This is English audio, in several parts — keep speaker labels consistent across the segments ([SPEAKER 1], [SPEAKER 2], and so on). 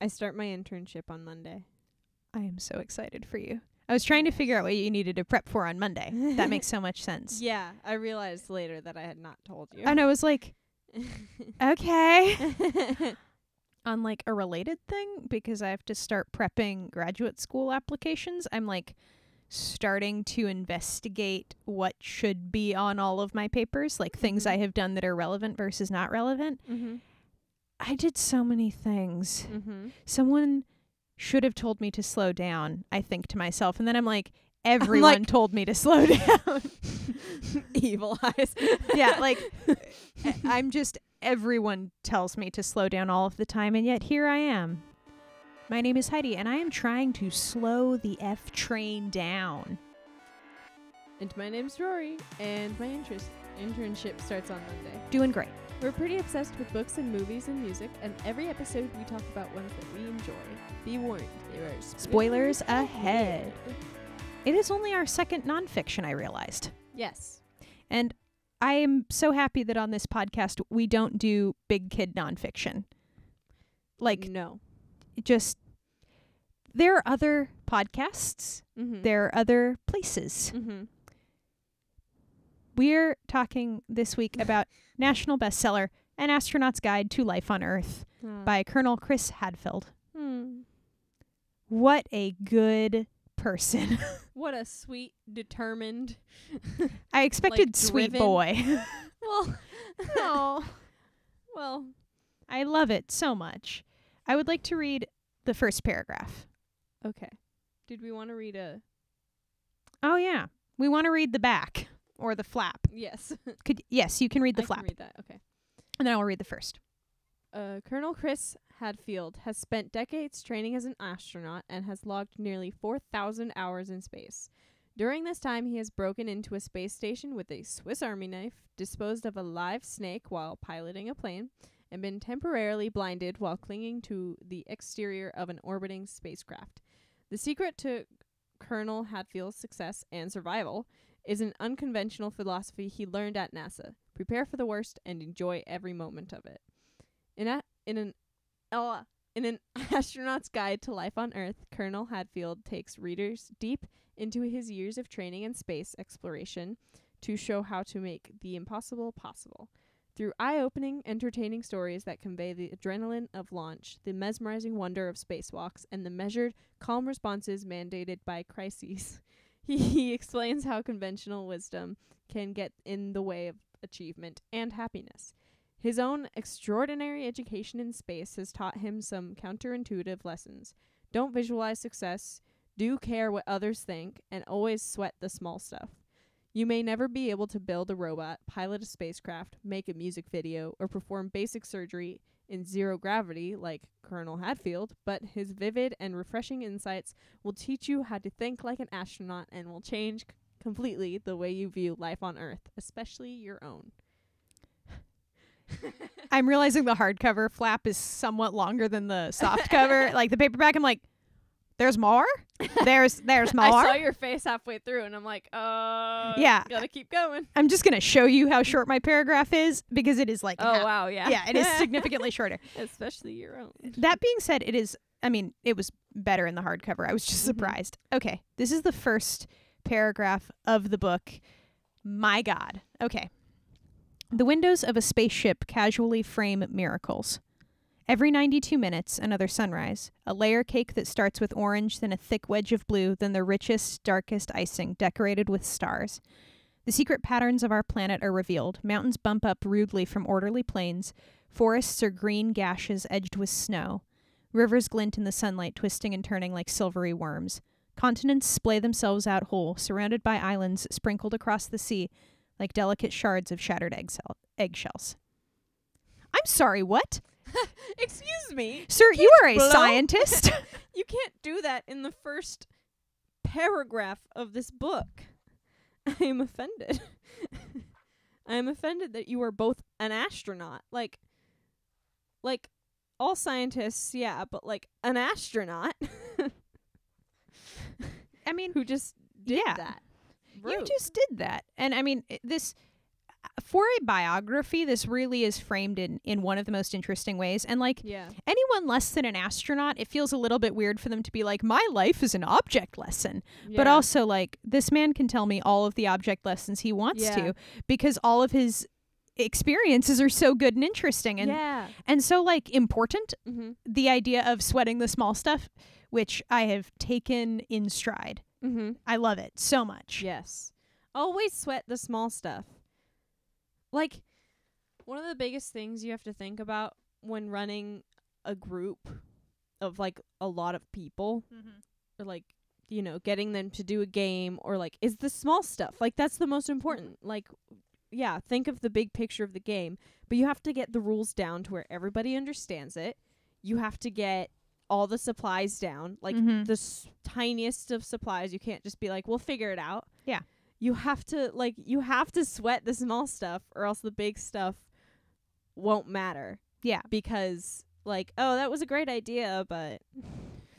[SPEAKER 1] I start my internship on Monday.
[SPEAKER 2] I am so excited for you. I was trying to figure out what you needed to prep for on Monday. that makes so much sense.
[SPEAKER 1] Yeah, I realized later that I had not told you.
[SPEAKER 2] And I was like, okay. on like a related thing because I have to start prepping graduate school applications. I'm like starting to investigate what should be on all of my papers, like things
[SPEAKER 1] Mhm.
[SPEAKER 2] I have done that are relevant versus not relevant.
[SPEAKER 1] mm-hmm.
[SPEAKER 2] I did so many things.
[SPEAKER 1] Mm-hmm.
[SPEAKER 2] Someone should have told me to slow down, I think to myself. And then I'm like, everyone told me to slow down.
[SPEAKER 1] Mm-hmm. Evil eyes.
[SPEAKER 2] yeah, like I- I'm just everyone tells me to slow down all of the time, and yet here I am. My name is Heidi, and I am trying to slow the F train down.
[SPEAKER 1] And my name's Rory, and my interest internship starts on Monday.
[SPEAKER 2] Doing great.
[SPEAKER 1] We're pretty obsessed with books and movies and music, and every episode we talk about ones that we enjoy. Be warned, there are
[SPEAKER 2] Spoilers ahead. It is only our second nonfiction, I realized.
[SPEAKER 1] Yes.
[SPEAKER 2] And I am so happy that on this podcast, we don't do big kid nonfiction. Like,
[SPEAKER 1] no.
[SPEAKER 2] just there are other podcasts,
[SPEAKER 1] Mm-hmm.
[SPEAKER 2] there are other places.
[SPEAKER 1] Mm-hmm.
[SPEAKER 2] We're talking this week about national bestseller An Astronaut's Guide to Life on Earth
[SPEAKER 1] Mm.
[SPEAKER 2] by Colonel Chris Hadfield.
[SPEAKER 1] Hmm.
[SPEAKER 2] What a good person.
[SPEAKER 1] What a sweet, determined.
[SPEAKER 2] I expected sweet
[SPEAKER 1] driven?
[SPEAKER 2] boy.
[SPEAKER 1] Well,
[SPEAKER 2] No.
[SPEAKER 1] well.
[SPEAKER 2] I love it so much. I would like to read the first paragraph.
[SPEAKER 1] Okay. Did we want to read a?
[SPEAKER 2] Oh yeah. We want to read the back or the flap.
[SPEAKER 1] Yes.
[SPEAKER 2] Could yes, you can read the
[SPEAKER 1] I
[SPEAKER 2] flap.
[SPEAKER 1] Can read that. Okay.
[SPEAKER 2] and then I'll read the first.
[SPEAKER 1] Uh, Colonel Chris Hadfield has spent decades training as an astronaut and has logged nearly 4,000 hours in space. During this time, he has broken into a space station with a Swiss Army knife, disposed of a live snake while piloting a plane, and been temporarily blinded while clinging to the exterior of an orbiting spacecraft. The secret to Colonel Hadfield's success and survival is an unconventional philosophy he learned at NASA prepare for the worst and enjoy every moment of it. In a in an uh, in an astronaut's guide to life on Earth, Colonel Hadfield takes readers deep into his years of training and space exploration to show how to make the impossible possible. Through eye-opening, entertaining stories that convey the adrenaline of launch, the mesmerizing wonder of spacewalks, and the measured, calm responses mandated by crises, he, he explains how conventional wisdom can get in the way of achievement and happiness. His own extraordinary education in space has taught him some counterintuitive lessons. Don't visualize success, do care what others think, and always sweat the small stuff. You may never be able to build a robot, pilot a spacecraft, make a music video, or perform basic surgery in zero gravity like Colonel Hadfield, but his vivid and refreshing insights will teach you how to think like an astronaut and will change c- completely the way you view life on Earth, especially your own.
[SPEAKER 2] I'm realizing the hardcover flap is somewhat longer than the soft cover. like the paperback, I'm like, there's more? There's there's more.
[SPEAKER 1] I saw your face halfway through, and I'm like, uh,
[SPEAKER 2] Yeah.
[SPEAKER 1] gotta keep going.
[SPEAKER 2] I'm just gonna show you how short my paragraph is because it is like
[SPEAKER 1] Oh
[SPEAKER 2] half-
[SPEAKER 1] wow, yeah,
[SPEAKER 2] yeah, it is significantly shorter.
[SPEAKER 1] especially your own.
[SPEAKER 2] That being said, it is I mean, it was better in the hardcover. I was just
[SPEAKER 1] Mhm.
[SPEAKER 2] surprised. Okay. This is the first paragraph of the book. My God. Okay. The windows of a spaceship casually frame miracles. Every 92 minutes, another sunrise, a layer cake that starts with orange, then a thick wedge of blue, then the richest, darkest icing decorated with stars. The secret patterns of our planet are revealed. Mountains bump up rudely from orderly plains. Forests are green gashes edged with snow. Rivers glint in the sunlight, twisting and turning like silvery worms. Continents splay themselves out whole, surrounded by islands sprinkled across the sea like delicate shards of shattered egg cell- eggshells. I'm sorry, what?
[SPEAKER 1] Excuse me,
[SPEAKER 2] Sir, you are a
[SPEAKER 1] blow.
[SPEAKER 2] scientist.
[SPEAKER 1] you can't do that in the first paragraph of this book. I am offended. I am offended that you are both an astronaut, like, like all scientists, yeah, but like an astronaut
[SPEAKER 2] I mean,
[SPEAKER 1] who just did
[SPEAKER 2] Yeah.
[SPEAKER 1] that.
[SPEAKER 2] you
[SPEAKER 1] Rude.
[SPEAKER 2] just did that. And I mean, i- this uh, for a biography, this really is framed in in one of the most interesting ways. And like
[SPEAKER 1] Yeah.
[SPEAKER 2] anyone less than an astronaut, it feels a little bit weird for them to be like, "My life is an object lesson," but
[SPEAKER 1] Yeah.
[SPEAKER 2] also like this man can tell me all of the object lessons he wants
[SPEAKER 1] Yeah.
[SPEAKER 2] to because all of his experiences are so good and interesting and
[SPEAKER 1] yeah.
[SPEAKER 2] and so like important
[SPEAKER 1] Mm-hmm.
[SPEAKER 2] the idea of sweating the small stuff which i have taken in stride
[SPEAKER 1] Mm-hmm.
[SPEAKER 2] i love it so much
[SPEAKER 1] Yes. Always sweat the small stuff. Like, one of the biggest things you have to think about when running a group of like a lot of people, or like, you know, getting them to do a game, or like, is the small stuff. Like, that's the most important. Like, yeah, think of the big picture of the game, but you have to get the rules down to where everybody understands it. You have to get all the supplies down. Like,
[SPEAKER 2] Mhm.
[SPEAKER 1] the s- tiniest of supplies. You can't just be like, "We'll figure it out."
[SPEAKER 2] Yeah.
[SPEAKER 1] You have to like you have to sweat the small stuff or else the big stuff won't matter.
[SPEAKER 2] Yeah.
[SPEAKER 1] Because like, "Oh, that was a great idea, but"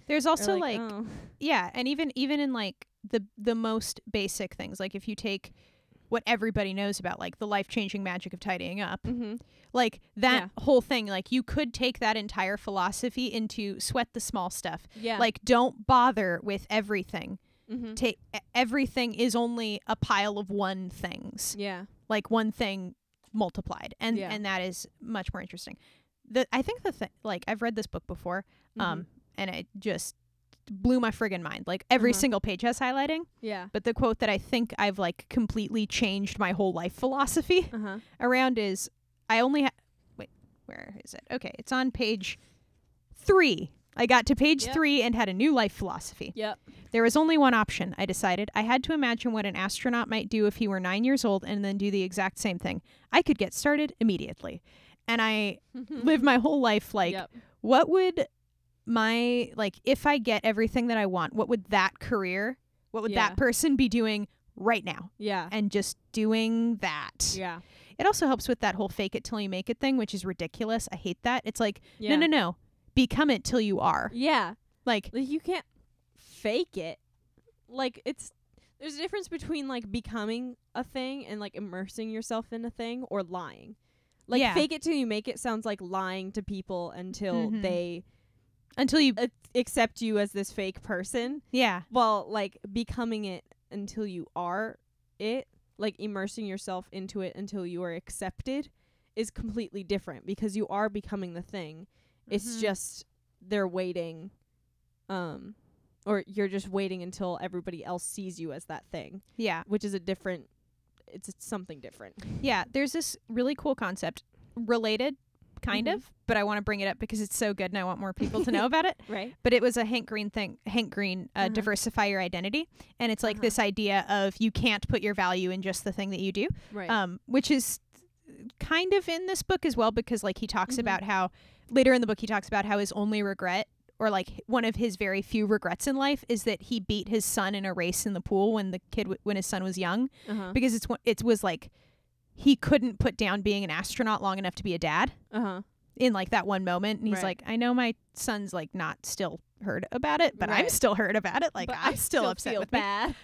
[SPEAKER 2] there's also like,
[SPEAKER 1] "Oh."
[SPEAKER 2] yeah and even even in like the the most basic things like if you take what everybody knows about like the life-changing magic of tidying up
[SPEAKER 1] Mhm.
[SPEAKER 2] like that whole thing like you could take that entire philosophy into sweat the small stuff
[SPEAKER 1] Yeah.
[SPEAKER 2] like don't bother with everything
[SPEAKER 1] Mhm.
[SPEAKER 2] take everything is only a pile of one things
[SPEAKER 1] Yeah.
[SPEAKER 2] like one thing multiplied and
[SPEAKER 1] Yeah.
[SPEAKER 2] and that is much more interesting the i think the thing like i've read this book before
[SPEAKER 1] Mhm.
[SPEAKER 2] um and it just blew my friggin' mind like every
[SPEAKER 1] Uh-huh.
[SPEAKER 2] single page has highlighting
[SPEAKER 1] Mm-hmm. Yeah.
[SPEAKER 2] but the quote that i think i've like completely changed my whole life philosophy
[SPEAKER 1] Uh-huh.
[SPEAKER 2] around is i only ha- wait where is it okay it's on page three i got to page
[SPEAKER 1] Yep.
[SPEAKER 2] three and had a new life philosophy
[SPEAKER 1] Yep.
[SPEAKER 2] there was only one option, I decided. I had to imagine what an astronaut might do if he were nine years old and then do the exact same thing. I could get started immediately. And I lived my whole life like,
[SPEAKER 1] Mm-hmm. Yep.
[SPEAKER 2] what would my, like, if I get everything that I want, what would that career, what would
[SPEAKER 1] Yeah.
[SPEAKER 2] that person be doing right now?
[SPEAKER 1] Yeah.
[SPEAKER 2] And just doing that.
[SPEAKER 1] Yeah.
[SPEAKER 2] It also helps with that whole fake it till you make it thing, which is ridiculous. I hate that. It's like,
[SPEAKER 1] Yeah.
[SPEAKER 2] no, no, no. Become it till you are.
[SPEAKER 1] Yeah.
[SPEAKER 2] Like,
[SPEAKER 1] Like you can't fake it. Like it's there's a difference between like becoming a thing and like immersing yourself in a thing or lying. Like
[SPEAKER 2] Yeah.
[SPEAKER 1] fake it till you make it sounds like lying to people until
[SPEAKER 2] Mhm.
[SPEAKER 1] they
[SPEAKER 2] until you,
[SPEAKER 1] a- accept you as this fake person.
[SPEAKER 2] yeah.
[SPEAKER 1] Well, like becoming it until you are it, like immersing yourself into it until you are accepted is completely different because you are becoming the thing. It's
[SPEAKER 2] Mhm.
[SPEAKER 1] just they're waiting um or you're just waiting until everybody else sees you as that thing,
[SPEAKER 2] Yeah.
[SPEAKER 1] which is a different it's, it's something different.
[SPEAKER 2] Yeah, there's this really cool concept related kind
[SPEAKER 1] Mhm.
[SPEAKER 2] of, but I want to bring it up because it's so good and I want more people to know about it.
[SPEAKER 1] Right?
[SPEAKER 2] But it was a Hank Green thing, Hank Green uh,
[SPEAKER 1] Uh-huh.
[SPEAKER 2] diversify your identity, and it's like
[SPEAKER 1] Uh-huh.
[SPEAKER 2] this idea of you can't put your value in just the thing that you do,
[SPEAKER 1] Right.
[SPEAKER 2] um, which is kind of in this book as well because like he talks
[SPEAKER 1] Mhm.
[SPEAKER 2] about how later in the book he talks about how his only regret or like one of his very few regrets in life is that he beat his son in a race in the pool when the kid w- when his son was young
[SPEAKER 1] uh-huh.
[SPEAKER 2] because it's one- it was like he couldn't put down being an astronaut long enough to be a dad
[SPEAKER 1] uh-huh.
[SPEAKER 2] in like that one moment and he's
[SPEAKER 1] Right.
[SPEAKER 2] like I know my son's like not still heard about it but I'm
[SPEAKER 1] Right.
[SPEAKER 2] still heard about it like
[SPEAKER 1] But
[SPEAKER 2] I'm
[SPEAKER 1] I
[SPEAKER 2] still, upset
[SPEAKER 1] feel
[SPEAKER 2] with that.
[SPEAKER 1] bad.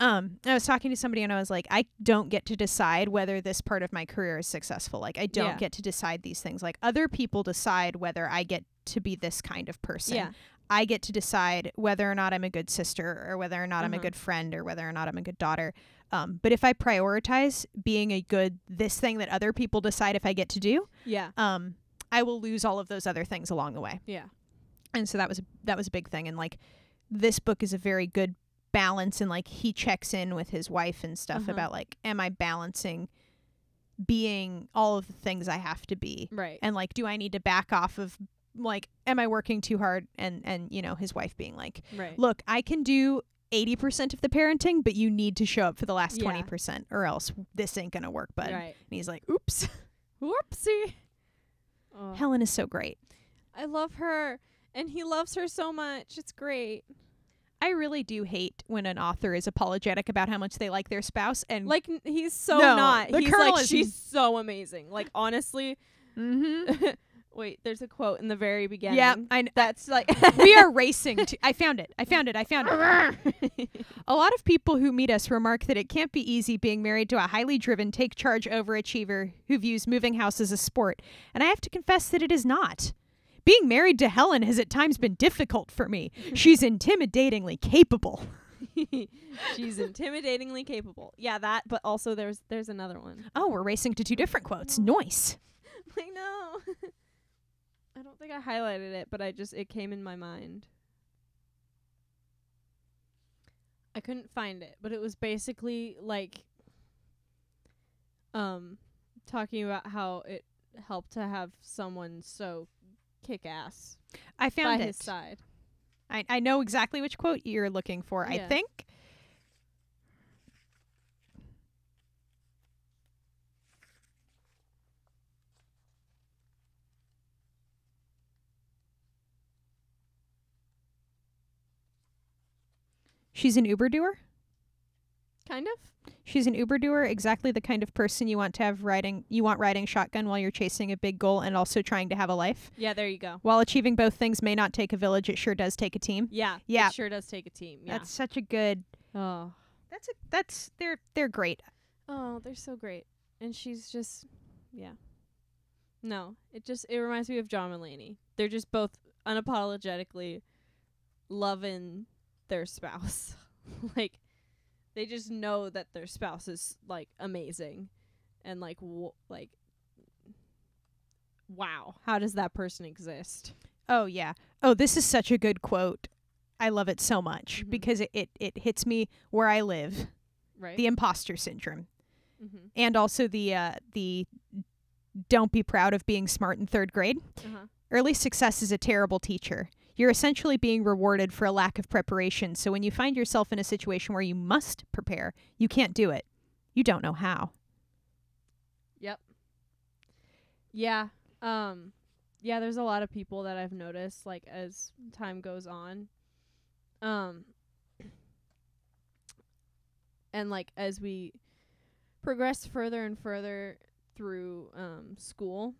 [SPEAKER 2] um I was talking to somebody and I was like I don't get to decide whether this part of my career is successful like I don't
[SPEAKER 1] Yeah.
[SPEAKER 2] get to decide these things like other people decide whether I get to be this kind of person
[SPEAKER 1] Yeah.
[SPEAKER 2] I get to decide whether or not I'm a good sister or whether or not I'm a
[SPEAKER 1] Uh-huh.
[SPEAKER 2] good friend or whether or not I'm a good daughter. Um, but if I prioritize being a good this thing that other people decide if I get to do,
[SPEAKER 1] Yeah.
[SPEAKER 2] um, I will lose all of those other things along the way.
[SPEAKER 1] Yeah.
[SPEAKER 2] And so that was that was a big thing. And like this book is a very good balance. And like he checks in with his wife and stuff
[SPEAKER 1] Uh-huh.
[SPEAKER 2] about like, am I balancing being all of the things I have to be
[SPEAKER 1] Right.
[SPEAKER 2] and like do i need to back off of like am i working too hard and and you know his wife being like
[SPEAKER 1] Right.
[SPEAKER 2] look i can do 80% of the parenting but you need to show up for the last
[SPEAKER 1] Yeah.
[SPEAKER 2] 20% or else this ain't gonna work bud
[SPEAKER 1] Right. Uh-huh.
[SPEAKER 2] and he's like oops
[SPEAKER 1] Whoopsie. Oh.
[SPEAKER 2] helen is so great
[SPEAKER 1] I love her and he loves her so much. It's great.
[SPEAKER 2] i really do hate when an author is apologetic about how much they like their spouse and
[SPEAKER 1] Like n- he's so
[SPEAKER 2] No,
[SPEAKER 1] not.
[SPEAKER 2] the
[SPEAKER 1] he's
[SPEAKER 2] Colonel
[SPEAKER 1] like
[SPEAKER 2] is-
[SPEAKER 1] she's so amazing. Like honestly,
[SPEAKER 2] mm-hmm.
[SPEAKER 1] Wait, there's a quote in the very beginning.
[SPEAKER 2] Yeah, I know.
[SPEAKER 1] That's like
[SPEAKER 2] we are racing. To, I found it. I found it. I found it. A lot of people who meet us remark that it can't be easy being married to a highly driven, take charge overachiever who views moving house as a sport, and I have to confess that it is not. Being married to Helen has at times been difficult for me. She's intimidatingly capable.
[SPEAKER 1] She's intimidatingly capable. Yeah, that. But also, there's there's another one.
[SPEAKER 2] Oh, we're racing to two different quotes. Nice.
[SPEAKER 1] I know. I don't think I highlighted it, but I just it came in my mind. I couldn't find it, but it was basically like um talking about how it helped to have someone so kick ass by
[SPEAKER 2] I found
[SPEAKER 1] his
[SPEAKER 2] it.
[SPEAKER 1] side.
[SPEAKER 2] I, I know exactly which quote you're looking for, I
[SPEAKER 1] Yeah.
[SPEAKER 2] think. She's an Uber doer.
[SPEAKER 1] Kind of.
[SPEAKER 2] She's an Uber doer, exactly the kind of person you want to have riding you want riding shotgun while you're chasing a big goal and also trying to have a life.
[SPEAKER 1] Yeah, there you go.
[SPEAKER 2] While achieving both things may not take a village, it sure does take a team.
[SPEAKER 1] Yeah.
[SPEAKER 2] Yeah.
[SPEAKER 1] It sure does take a team. Yeah.
[SPEAKER 2] That's such a good
[SPEAKER 1] oh.
[SPEAKER 2] That's a that's they're they're great.
[SPEAKER 1] Oh, they're so great. And she's just yeah. No. It just it reminds me of John Mulaney. They're just both unapologetically loving their spouse. like they just know that their spouse is like amazing and like w- like wow, how does that person exist?
[SPEAKER 2] Oh yeah. Oh, this is such a good quote. I love it so much
[SPEAKER 1] Mhm.
[SPEAKER 2] because it, it it hits me where I live,
[SPEAKER 1] Right?
[SPEAKER 2] the imposter syndrome,
[SPEAKER 1] mm-hmm.
[SPEAKER 2] and also the uh, the don't be proud of being smart in third grade.
[SPEAKER 1] Uh-huh.
[SPEAKER 2] Early success is a terrible teacher. You're essentially being rewarded for a lack of preparation. So when you find yourself in a situation where you must prepare, you can't do it. You don't know how.
[SPEAKER 1] Yeah. Um yeah, there's a lot of people that I've noticed like as time goes on. Um and like as we progress further and further through um school,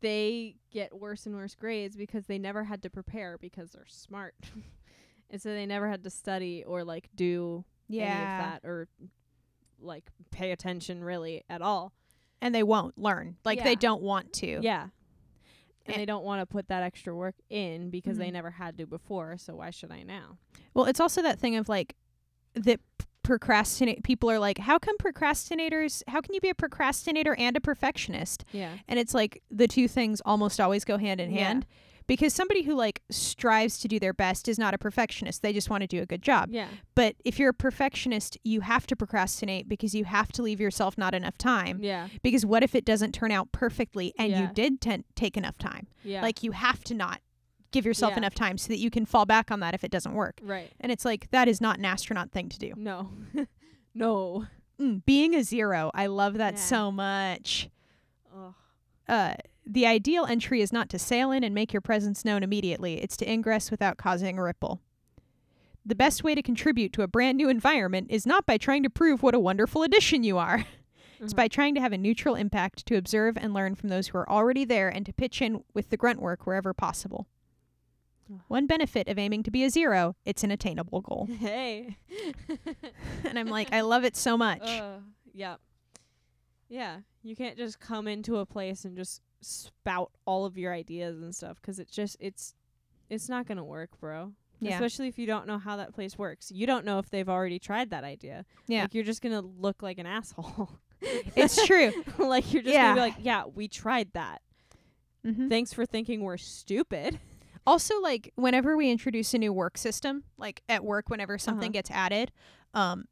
[SPEAKER 1] they get worse and worse grades because they never had to prepare because they're smart. and so they never had to study or like do any of that or like pay attention really at all.
[SPEAKER 2] And they won't learn. Like they
[SPEAKER 1] Yeah.
[SPEAKER 2] don't want to.
[SPEAKER 1] Yeah. And
[SPEAKER 2] Eh.
[SPEAKER 1] they don't want to put that extra work in because they
[SPEAKER 2] Mhm.
[SPEAKER 1] never had to before, so why should I now?
[SPEAKER 2] Well, it's also that thing of like that p- procrastinate people are like, how come procrastinators, how can you be a procrastinator and a perfectionist?
[SPEAKER 1] Yeah.
[SPEAKER 2] And it's like the two things almost always go hand in
[SPEAKER 1] Yeah.
[SPEAKER 2] hand because somebody who like strives to do their best is not a perfectionist. They just want to do a good job.
[SPEAKER 1] Yeah.
[SPEAKER 2] But if you're a perfectionist, you have to procrastinate because you have to leave yourself not enough time.
[SPEAKER 1] Yeah.
[SPEAKER 2] Because what if it doesn't turn out perfectly and you
[SPEAKER 1] Yeah.
[SPEAKER 2] did ten- take enough time?
[SPEAKER 1] Yeah.
[SPEAKER 2] Like you have to not give yourself
[SPEAKER 1] Yeah.
[SPEAKER 2] enough time so that you can fall back on that if it doesn't work.
[SPEAKER 1] right.
[SPEAKER 2] And it's like, that is not an astronaut thing to do.
[SPEAKER 1] No. no.
[SPEAKER 2] Mm, being a zero, I love that
[SPEAKER 1] Yeah.
[SPEAKER 2] so much.
[SPEAKER 1] Ugh.
[SPEAKER 2] Uh, the ideal entry is not to sail in and make your presence known immediately, it's to ingress without causing a ripple. The best way to contribute to a brand new environment is not by trying to prove what a wonderful addition you are. It's
[SPEAKER 1] Mhm.
[SPEAKER 2] by trying to have a neutral impact to observe and learn from those who are already there and to pitch in with the grunt work wherever possible.
[SPEAKER 1] Ugh.
[SPEAKER 2] One benefit of aiming to be a zero, it's an attainable goal.
[SPEAKER 1] Hey.
[SPEAKER 2] and I'm like, I love it so much.
[SPEAKER 1] Ugh. yeah. Yeah. You can't just come into a place and just spout all of your ideas and stuff 'cause it's just it's it's not gonna work, bro.
[SPEAKER 2] yeah.
[SPEAKER 1] Especially if you don't know how that place works. You don't know if they've already tried that idea.
[SPEAKER 2] Yeah.
[SPEAKER 1] Like you're just gonna look like an asshole.
[SPEAKER 2] it's true.
[SPEAKER 1] like you're just gonna be
[SPEAKER 2] Yeah.
[SPEAKER 1] like, yeah, we tried that.
[SPEAKER 2] Mhm.
[SPEAKER 1] Thanks for thinking we're stupid.
[SPEAKER 2] Also, like whenever we introduce a new work system, like at work, whenever something
[SPEAKER 1] Uh-huh.
[SPEAKER 2] gets added, um,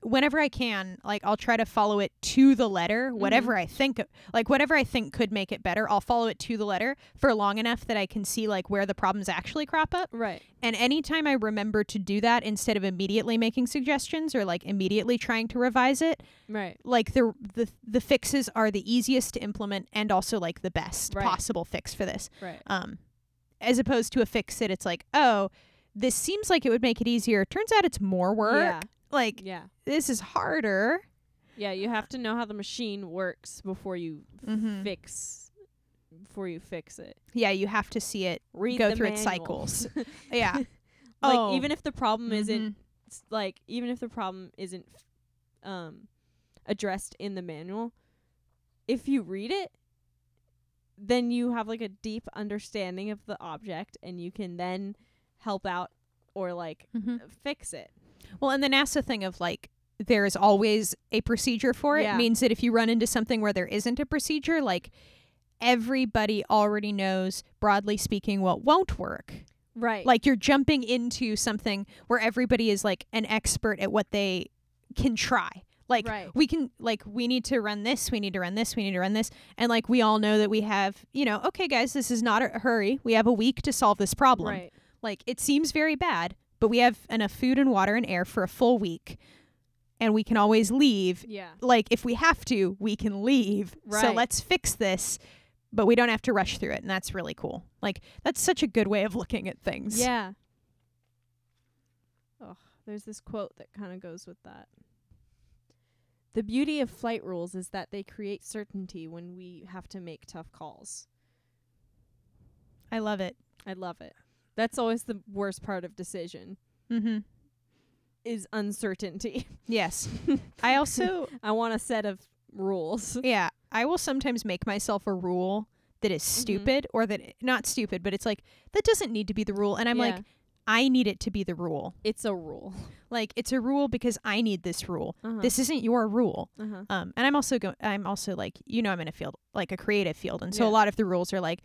[SPEAKER 2] whenever I can, like I'll try to follow it to the letter. Whatever
[SPEAKER 1] Mm-hmm.
[SPEAKER 2] I think, like whatever I think could make it better, I'll follow it to the letter for long enough that I can see like where the problems actually crop up.
[SPEAKER 1] Right.
[SPEAKER 2] And anytime I remember to do that instead of immediately making suggestions or like immediately trying to revise it,
[SPEAKER 1] Right.
[SPEAKER 2] like the the the fixes are the easiest to implement and also like the best
[SPEAKER 1] Right.
[SPEAKER 2] possible fix for this
[SPEAKER 1] Right.
[SPEAKER 2] um, as opposed to a fix that it's like, oh, this seems like it would make it easier. Turns out it's more work.
[SPEAKER 1] Yeah.
[SPEAKER 2] Like
[SPEAKER 1] Yeah.
[SPEAKER 2] this is harder.
[SPEAKER 1] Mm-hmm. Mm. Yeah. You have to know how the machine works before you
[SPEAKER 2] Mhm.
[SPEAKER 1] fix before you fix it.
[SPEAKER 2] Yeah, you have to see it
[SPEAKER 1] Read
[SPEAKER 2] go
[SPEAKER 1] the
[SPEAKER 2] through its
[SPEAKER 1] manual.
[SPEAKER 2] cycles. yeah.
[SPEAKER 1] like
[SPEAKER 2] Oh.
[SPEAKER 1] even if the problem isn't
[SPEAKER 2] Mhm.
[SPEAKER 1] s- like even if the problem isn't f- um addressed in the manual if you read it then you have like a deep understanding of the object and you can then help out or like
[SPEAKER 2] Mhm.
[SPEAKER 1] fix it
[SPEAKER 2] Well, and the NASA thing of like there is always a procedure for it
[SPEAKER 1] Yeah.
[SPEAKER 2] means that if you run into something where there isn't a procedure, like everybody already knows, broadly speaking, what won't work.
[SPEAKER 1] right
[SPEAKER 2] Like you're jumping into something where everybody is like an expert at what they can try. Like
[SPEAKER 1] Right.
[SPEAKER 2] we can like we need to run this, we need to run this, we need to run this. And like we all know that we have, you know, okay guys, this is not a hurry. We have a week to solve this problem.
[SPEAKER 1] right
[SPEAKER 2] Like, it seems very bad, but we have enough food and water and air for a full week, and we can always leave.
[SPEAKER 1] yeah
[SPEAKER 2] Like, if we have to, we can leave. So
[SPEAKER 1] Right.
[SPEAKER 2] let's fix this, but we don't have to rush through it. And that's really cool. Like, that's such a good way of looking at things.
[SPEAKER 1] yeah oh there's this quote that kind of goes with that the beauty of flight rules is that they create certainty when we have to make tough calls
[SPEAKER 2] I love it.
[SPEAKER 1] I love it. That's always the worst part of decision
[SPEAKER 2] Mm-hmm.
[SPEAKER 1] is uncertainty.
[SPEAKER 2] Yes. I also,
[SPEAKER 1] I want a set of rules.
[SPEAKER 2] yeah, I will sometimes make myself a rule that is stupid or that, not stupid, but it's like, that doesn't need to be the rule. And I'm
[SPEAKER 1] Yeah.
[SPEAKER 2] like, I need it to be the rule.
[SPEAKER 1] it's a rule.
[SPEAKER 2] Like, it's a rule because I need this rule.
[SPEAKER 1] Uh-huh.
[SPEAKER 2] This isn't your rule.
[SPEAKER 1] uh-huh.
[SPEAKER 2] Um, and I'm also go- I'm also like you know I'm in a field like a creative field, and so
[SPEAKER 1] Yeah.
[SPEAKER 2] a lot of the rules are like,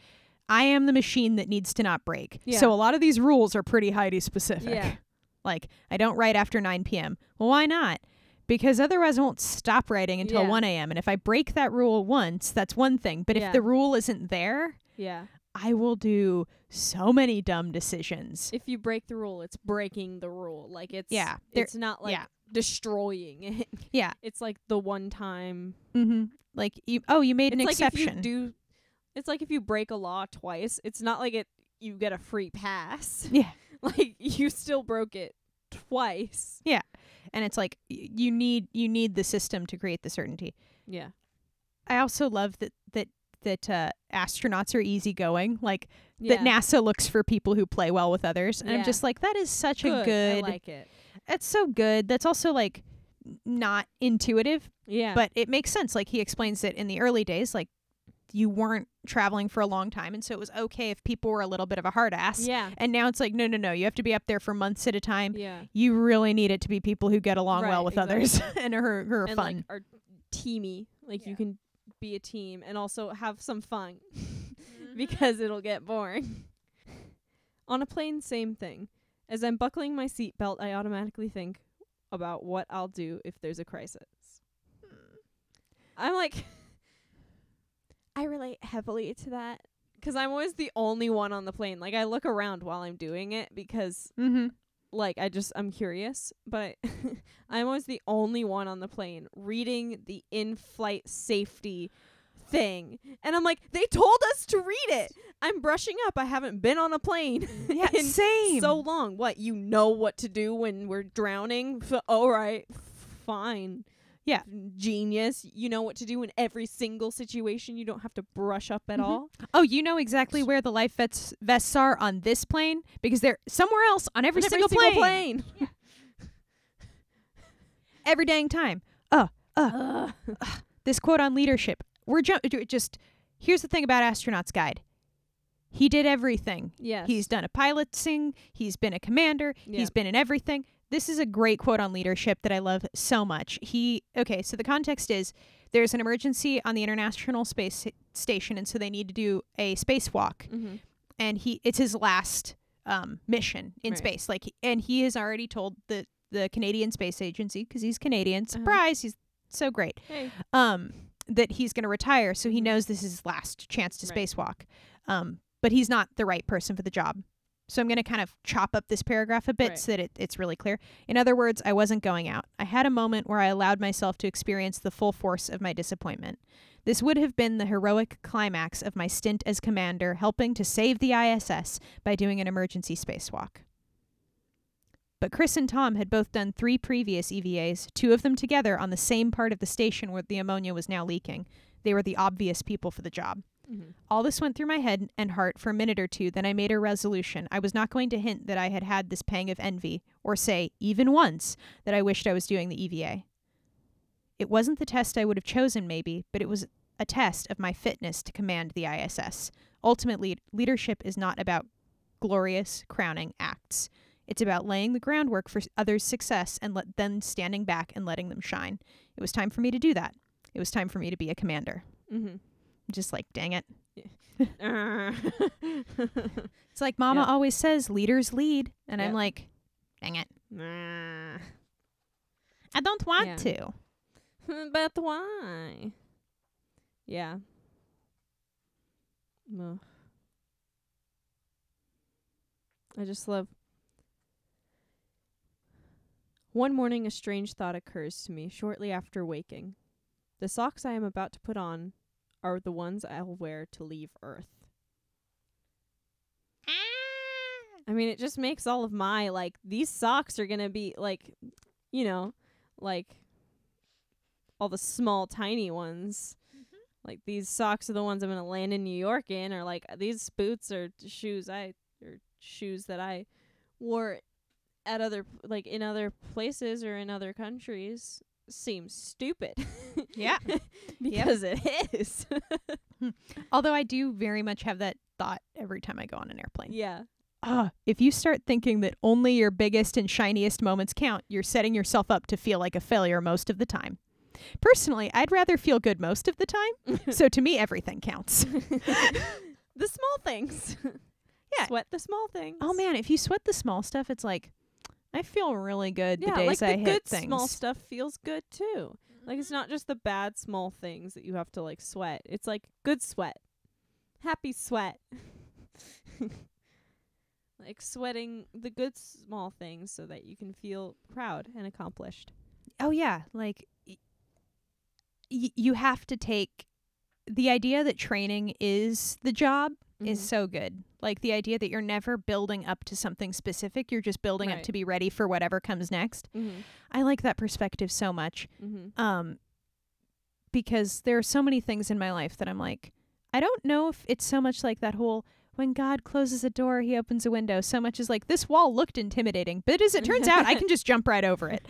[SPEAKER 2] I am the machine that needs to not break.
[SPEAKER 1] Yeah.
[SPEAKER 2] So a lot of these rules are pretty Heidi specific.
[SPEAKER 1] Yeah.
[SPEAKER 2] Like I don't write after 9 p.m. Well, why not? Because otherwise I won't stop writing until
[SPEAKER 1] Yeah.
[SPEAKER 2] 1 a.m. And if I break that rule once, that's one thing. But
[SPEAKER 1] Yeah.
[SPEAKER 2] if the rule isn't there,
[SPEAKER 1] Yeah.
[SPEAKER 2] I will do so many dumb decisions.
[SPEAKER 1] If you break the rule, it's breaking the rule. Like it's
[SPEAKER 2] Yeah, there-
[SPEAKER 1] it's not like
[SPEAKER 2] yeah.
[SPEAKER 1] destroying it.
[SPEAKER 2] Yeah.
[SPEAKER 1] It's like the one time
[SPEAKER 2] Mm-hmm. Like you, oh, you made
[SPEAKER 1] it's
[SPEAKER 2] an
[SPEAKER 1] like
[SPEAKER 2] exception.
[SPEAKER 1] if you do it's like if you break a law twice, it's not like it you get a free pass.
[SPEAKER 2] Yeah.
[SPEAKER 1] like you still broke it twice.
[SPEAKER 2] and it's like y- you need you need the system to create the certainty.
[SPEAKER 1] Yeah.
[SPEAKER 2] I also love that that that uh, astronauts are easygoing. Like
[SPEAKER 1] Yeah.
[SPEAKER 2] that NASA looks for people who play well with others, and
[SPEAKER 1] Yeah.
[SPEAKER 2] I'm just like that is such a
[SPEAKER 1] I
[SPEAKER 2] good.
[SPEAKER 1] like it.
[SPEAKER 2] it's so good. That's also like n- not intuitive,
[SPEAKER 1] Yeah.
[SPEAKER 2] but it makes sense. Like he explains that in the early days, like you weren't traveling for a long time, and so it was okay if people were a little bit of a hard ass.
[SPEAKER 1] yeah.
[SPEAKER 2] And now it's like no, no, no. You have to be up there for months at a time.
[SPEAKER 1] Yeah.
[SPEAKER 2] You really need it to be people who get along
[SPEAKER 1] Right,
[SPEAKER 2] well with others and are, who are
[SPEAKER 1] and
[SPEAKER 2] fun.
[SPEAKER 1] like are teamy. Like you
[SPEAKER 2] Yeah.
[SPEAKER 1] can be a team and also have some fun because it'll get boring. On a plane, same thing. As I'm buckling my seatbelt, I automatically think about what I'll do if there's a crisis. I'm like, I relate heavily to that because I'm always the only one on the plane. Like I look around while I'm doing it because
[SPEAKER 2] mm-hmm.
[SPEAKER 1] like I just I'm curious, but I, I'm always the only one on the plane reading the in-flight safety thing. And I'm like, they told us to read it. I'm brushing up. I haven't been on a plane
[SPEAKER 2] Yeah,
[SPEAKER 1] in
[SPEAKER 2] same.
[SPEAKER 1] so long. What, you know what to do when we're drowning? F- all right. Fine.
[SPEAKER 2] Yeah.
[SPEAKER 1] Genius. You know what to do in every single situation. You don't have to brush up at
[SPEAKER 2] Mhm.
[SPEAKER 1] all.
[SPEAKER 2] Oh, you know exactly where the life vests, vests are on this plane because they're somewhere else on every,
[SPEAKER 1] On
[SPEAKER 2] single, plane, every dang time. Uh, uh, uh, this quote on leadership. We're ju- ju- just here's the thing about astronaut's guide. He did everything.
[SPEAKER 1] Yes.
[SPEAKER 2] He's done a pilot sing. He's been a commander.
[SPEAKER 1] Yeah.
[SPEAKER 2] He's been in everything. This is a great quote on leadership that I love so much. He okay, so the context is there's an emergency on the International Space Station, and so they need to do a spacewalk.
[SPEAKER 1] hmm
[SPEAKER 2] and he it's his last um, mission in
[SPEAKER 1] Right.
[SPEAKER 2] space. Like, and he has already told the the Canadian Space Agency because he's Canadian.
[SPEAKER 1] Uh-huh.
[SPEAKER 2] Surprise, he's so great.
[SPEAKER 1] Hey.
[SPEAKER 2] Um, that he's going to retire, so he
[SPEAKER 1] Mhm.
[SPEAKER 2] knows this is his last chance to
[SPEAKER 1] Right.
[SPEAKER 2] spacewalk. Um, but he's not the right person for the job. So I'm going to kind of chop up this paragraph a bit
[SPEAKER 1] Right.
[SPEAKER 2] so that it, it's really clear. In other words, I wasn't going out. I had a moment where I allowed myself to experience the full force of my disappointment. This would have been the heroic climax of my stint as commander, helping to save the ISS by doing an emergency spacewalk. But Chris and Tom had both done three previous EVAs, two of them together on the same part of the station where the ammonia was now leaking. They were the obvious people for the job.
[SPEAKER 1] Mm-hmm.
[SPEAKER 2] All this went through my head and heart for a minute or two, then I made a resolution. I was not going to hint that I had had this pang of envy, or say, even once, that I wished I was doing the EVA. It wasn't the test I would have chosen, maybe, but it was a test of my fitness to command the ISS. Ultimately, leadership is not about glorious, crowning acts. It's about laying the groundwork for others' success and let, then standing back and letting them shine. It was time for me to do that. It was time for me to be a commander.
[SPEAKER 1] Mm-hmm.
[SPEAKER 2] Just like, dang it.
[SPEAKER 1] Arr.
[SPEAKER 2] It's like Mama
[SPEAKER 1] Yeah.
[SPEAKER 2] always says, leaders lead. And I'm
[SPEAKER 1] Yep.
[SPEAKER 2] like, dang it.
[SPEAKER 1] Nah.
[SPEAKER 2] I don't want
[SPEAKER 1] Yeah.
[SPEAKER 2] to.
[SPEAKER 1] but why? Yeah. Ugh. I just love. One morning, a strange thought occurs to me shortly after waking. The socks I am about to put on are the ones I'll wear to leave Earth. I mean, it just makes all of my, like, these socks are going to be, like, you know, like all the small, tiny ones.
[SPEAKER 2] Mm-hmm.
[SPEAKER 1] Like, these socks are the ones I'm going to land in New York in, or like, these boots are shoes I, or shoes that I wore at other, like, in other places or in other countries. Seems stupid.
[SPEAKER 2] Yeah.
[SPEAKER 1] because it is.
[SPEAKER 2] Although I do very much have that thought every time I go on an airplane.
[SPEAKER 1] yeah.
[SPEAKER 2] Ah, if you start thinking that only your biggest and shiniest moments count, you're setting yourself up to feel like a failure most of the time. Personally, I'd rather feel good most of the time. so to me, everything counts.
[SPEAKER 1] the small things.
[SPEAKER 2] Yeah.
[SPEAKER 1] Sweat the small things.
[SPEAKER 2] Oh man, if you sweat the small stuff, it's like I feel really good
[SPEAKER 1] Yeah,
[SPEAKER 2] the days
[SPEAKER 1] like the
[SPEAKER 2] I hit
[SPEAKER 1] good
[SPEAKER 2] things.
[SPEAKER 1] small stuff feels good too. Like it's not just the bad small things that you have to like sweat. It's like good sweat. Happy sweat. like sweating the good small things so that you can feel proud and accomplished.
[SPEAKER 2] oh yeah, like y- y- you have to take the idea that training is the job
[SPEAKER 1] Mm-hmm.
[SPEAKER 2] is so good. Like the idea that you're never building up to something specific, you're just building up
[SPEAKER 1] Right.
[SPEAKER 2] to be ready for whatever comes next.
[SPEAKER 1] Mhm.
[SPEAKER 2] I like that perspective so much.
[SPEAKER 1] Mhm.
[SPEAKER 2] Um because there are so many things in my life that I'm like, I don't know if it's so much like that whole when God closes a door, he opens a window. So much as like this wall looked intimidating, but as it turns out, I can just jump right over it.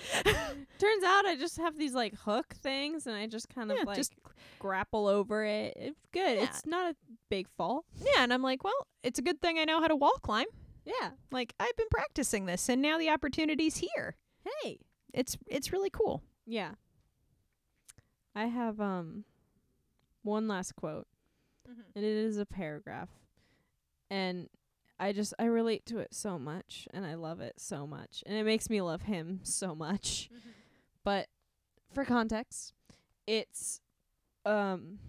[SPEAKER 1] Turns out I just have these like hook things and I just kind of
[SPEAKER 2] Yeah,
[SPEAKER 1] like
[SPEAKER 2] just-
[SPEAKER 1] grapple over it. It's good.
[SPEAKER 2] Yeah.
[SPEAKER 1] It's not a big fall.
[SPEAKER 2] Yeah, and I'm like, well, it's a good thing I know how to wall climb.
[SPEAKER 1] Yeah.
[SPEAKER 2] Like I've been practicing this, and now the opportunity's here.
[SPEAKER 1] Hey.
[SPEAKER 2] It's it's really cool.
[SPEAKER 1] Yeah. I have um one last quote and it is a paragraph. And I just I relate to it so much and I love it so much. And it makes me love him so much. But for context, it's um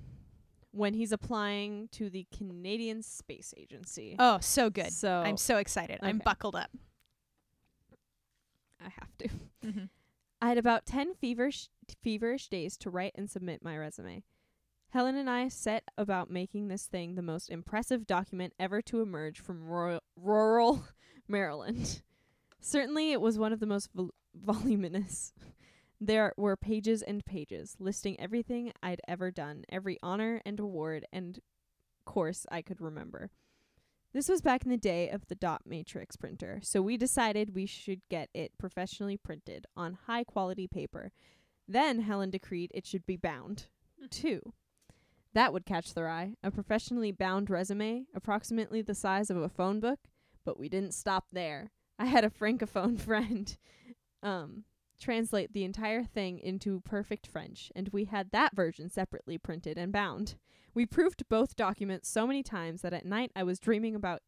[SPEAKER 1] when he's applying to the Canadian Space Agency.
[SPEAKER 2] Oh, so good.
[SPEAKER 1] So
[SPEAKER 2] I'm so excited. I'm
[SPEAKER 1] Okay.
[SPEAKER 2] buckled up.
[SPEAKER 1] I have to. I had about 10 feverish, feverish days to write and submit my resume. Helen and I set about making this thing the most impressive document ever to emerge from rural, rural Maryland. Certainly, it was one of the most vol- voluminous. There were pages and pages listing everything I'd ever done, every honor and award and course I could remember. This was back in the day of the dot matrix printer, so we decided we should get it professionally printed on high quality paper. Then Helen decreed it should be bound, too. That would catch their eye a professionally bound resume, approximately the size of a phone book, but we didn't stop there. I had a francophone friend um, translate the entire thing into perfect French, and we had that version separately printed and bound. We proofed both documents so many times that at night I was dreaming about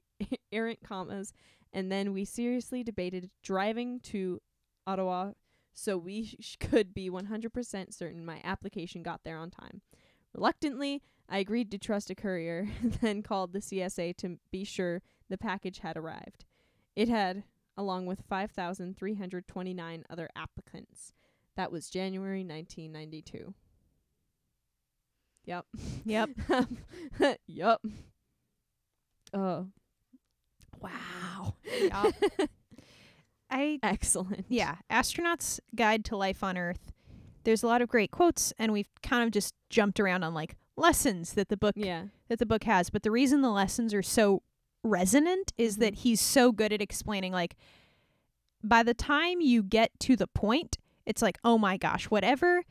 [SPEAKER 1] errant commas, and then we seriously debated driving to Ottawa so we sh- could be 100% certain my application got there on time. Reluctantly, I agreed to trust a courier, then called the CSA to be sure the package had arrived. It had, along with 5,329 other applicants. That was January 1992. Yep.
[SPEAKER 2] Yep.
[SPEAKER 1] yep. Oh,
[SPEAKER 2] Wow. Yup. I
[SPEAKER 1] excellent.
[SPEAKER 2] yeah, astronaut's guide to life on Earth. There's a lot of great quotes, and we've kind of just jumped around on like lessons that the book
[SPEAKER 1] Yeah.
[SPEAKER 2] that the book has. But the reason the lessons are so resonant is that
[SPEAKER 1] Mm-hmm.
[SPEAKER 2] he's so good at explaining like by the time you get to the point, it's like, "Oh my gosh, whatever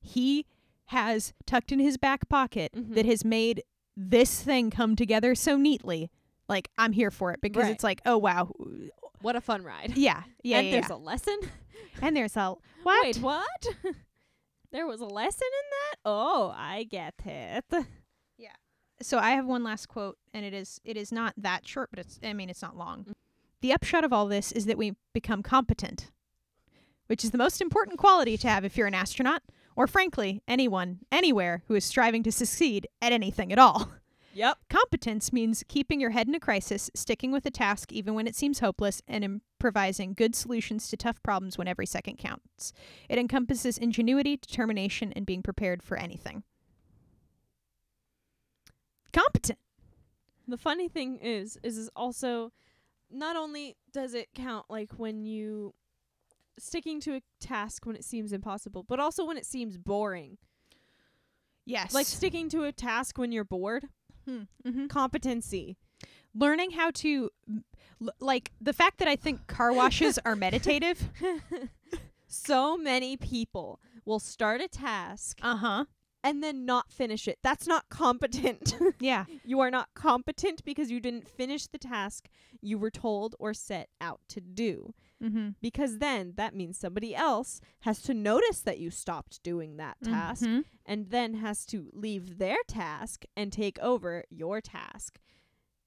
[SPEAKER 2] he has tucked in his back pocket
[SPEAKER 1] Mhm.
[SPEAKER 2] that has made this thing come together so neatly." Like, I'm here for it because
[SPEAKER 1] Right.
[SPEAKER 2] it's like, "Oh wow."
[SPEAKER 1] What a fun ride.
[SPEAKER 2] Yeah. Yeah.
[SPEAKER 1] and
[SPEAKER 2] yeah,
[SPEAKER 1] there's
[SPEAKER 2] yeah.
[SPEAKER 1] a lesson.
[SPEAKER 2] and there's a what?
[SPEAKER 1] Wait, what? there was a lesson in that? Oh, I get it.
[SPEAKER 2] so I have one last quote, and it is it is not that short, but it's I mean it's not long. The upshot of all this is that we become competent, which is the most important quality to have if you're an astronaut, or frankly, anyone anywhere who is striving to succeed at anything at all.
[SPEAKER 1] Yep.
[SPEAKER 2] Competence means keeping your head in a crisis, sticking with a task even when it seems hopeless, and improvising good solutions to tough problems when every second counts. It encompasses ingenuity, determination, and being prepared for anything. Competent.
[SPEAKER 1] The funny thing is, is is also not only does it count like when you sticking to a task when it seems impossible, but also when it seems boring.
[SPEAKER 2] Yes.
[SPEAKER 1] Like sticking to a task when you're bored.
[SPEAKER 2] mm-hmm.
[SPEAKER 1] Competency.
[SPEAKER 2] learning how to, l- like, the fact that I think car washes are meditative.
[SPEAKER 1] so many people will start a task
[SPEAKER 2] Uh huh.
[SPEAKER 1] and then not finish it. That's not competent.
[SPEAKER 2] Yeah.
[SPEAKER 1] you are not competent because you didn't finish the task you were told or set out to do.
[SPEAKER 2] Mm-hmm.
[SPEAKER 1] Because then that means somebody else has to notice that you stopped doing that
[SPEAKER 2] Mm-hmm.
[SPEAKER 1] task and then has to leave their task and take over your task.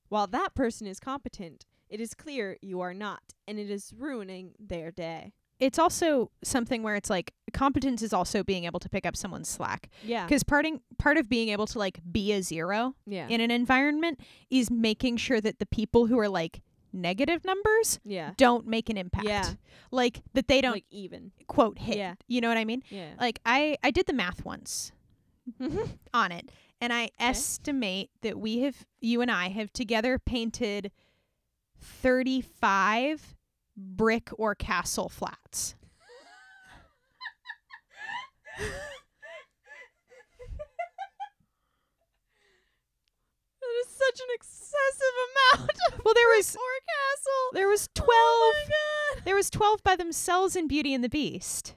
[SPEAKER 1] While that person is competent, it is clear you are not, and it is ruining their day.
[SPEAKER 2] It's also something where it's like competence is also being able to pick up someone's slack.
[SPEAKER 1] Yeah.
[SPEAKER 2] because parting part of being able to like be a zero
[SPEAKER 1] Yeah.
[SPEAKER 2] in an environment is making sure that the people who are like negative numbers
[SPEAKER 1] yeah.
[SPEAKER 2] don't make an impact
[SPEAKER 1] Yeah.
[SPEAKER 2] like that they don't
[SPEAKER 1] like even.
[SPEAKER 2] quote hit
[SPEAKER 1] Yeah.
[SPEAKER 2] you know what i mean
[SPEAKER 1] Yeah.
[SPEAKER 2] like i i did the math once on it and i estimate that we have you and i have together painted 35 brick or castle flats
[SPEAKER 1] That is such an excessive amount.
[SPEAKER 2] well there was
[SPEAKER 1] Or castle.
[SPEAKER 2] there was 12 there was 12 by themselves in beauty and the beast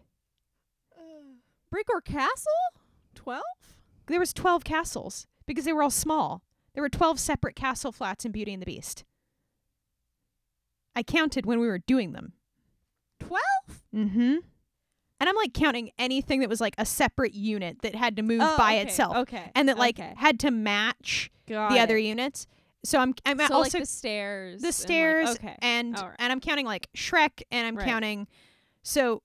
[SPEAKER 1] Brick or castle? Twelve?
[SPEAKER 2] there was 12 castles because they were all small there were 12 separate castle flats in beauty and the beast i counted when we were doing them
[SPEAKER 1] Twelve?
[SPEAKER 2] mm-hmm and i'm like counting anything that was like a separate unit that had to move
[SPEAKER 1] Oh,
[SPEAKER 2] by
[SPEAKER 1] okay,
[SPEAKER 2] itself
[SPEAKER 1] Okay.
[SPEAKER 2] and that like
[SPEAKER 1] okay.
[SPEAKER 2] had to match
[SPEAKER 1] Got
[SPEAKER 2] the other
[SPEAKER 1] it.
[SPEAKER 2] units so i'm i'm
[SPEAKER 1] so
[SPEAKER 2] also
[SPEAKER 1] like the stairs.
[SPEAKER 2] the
[SPEAKER 1] and, like-
[SPEAKER 2] stairs
[SPEAKER 1] okay.
[SPEAKER 2] and
[SPEAKER 1] All right.
[SPEAKER 2] and I'm counting like Shrek and I'm
[SPEAKER 1] Right.
[SPEAKER 2] counting so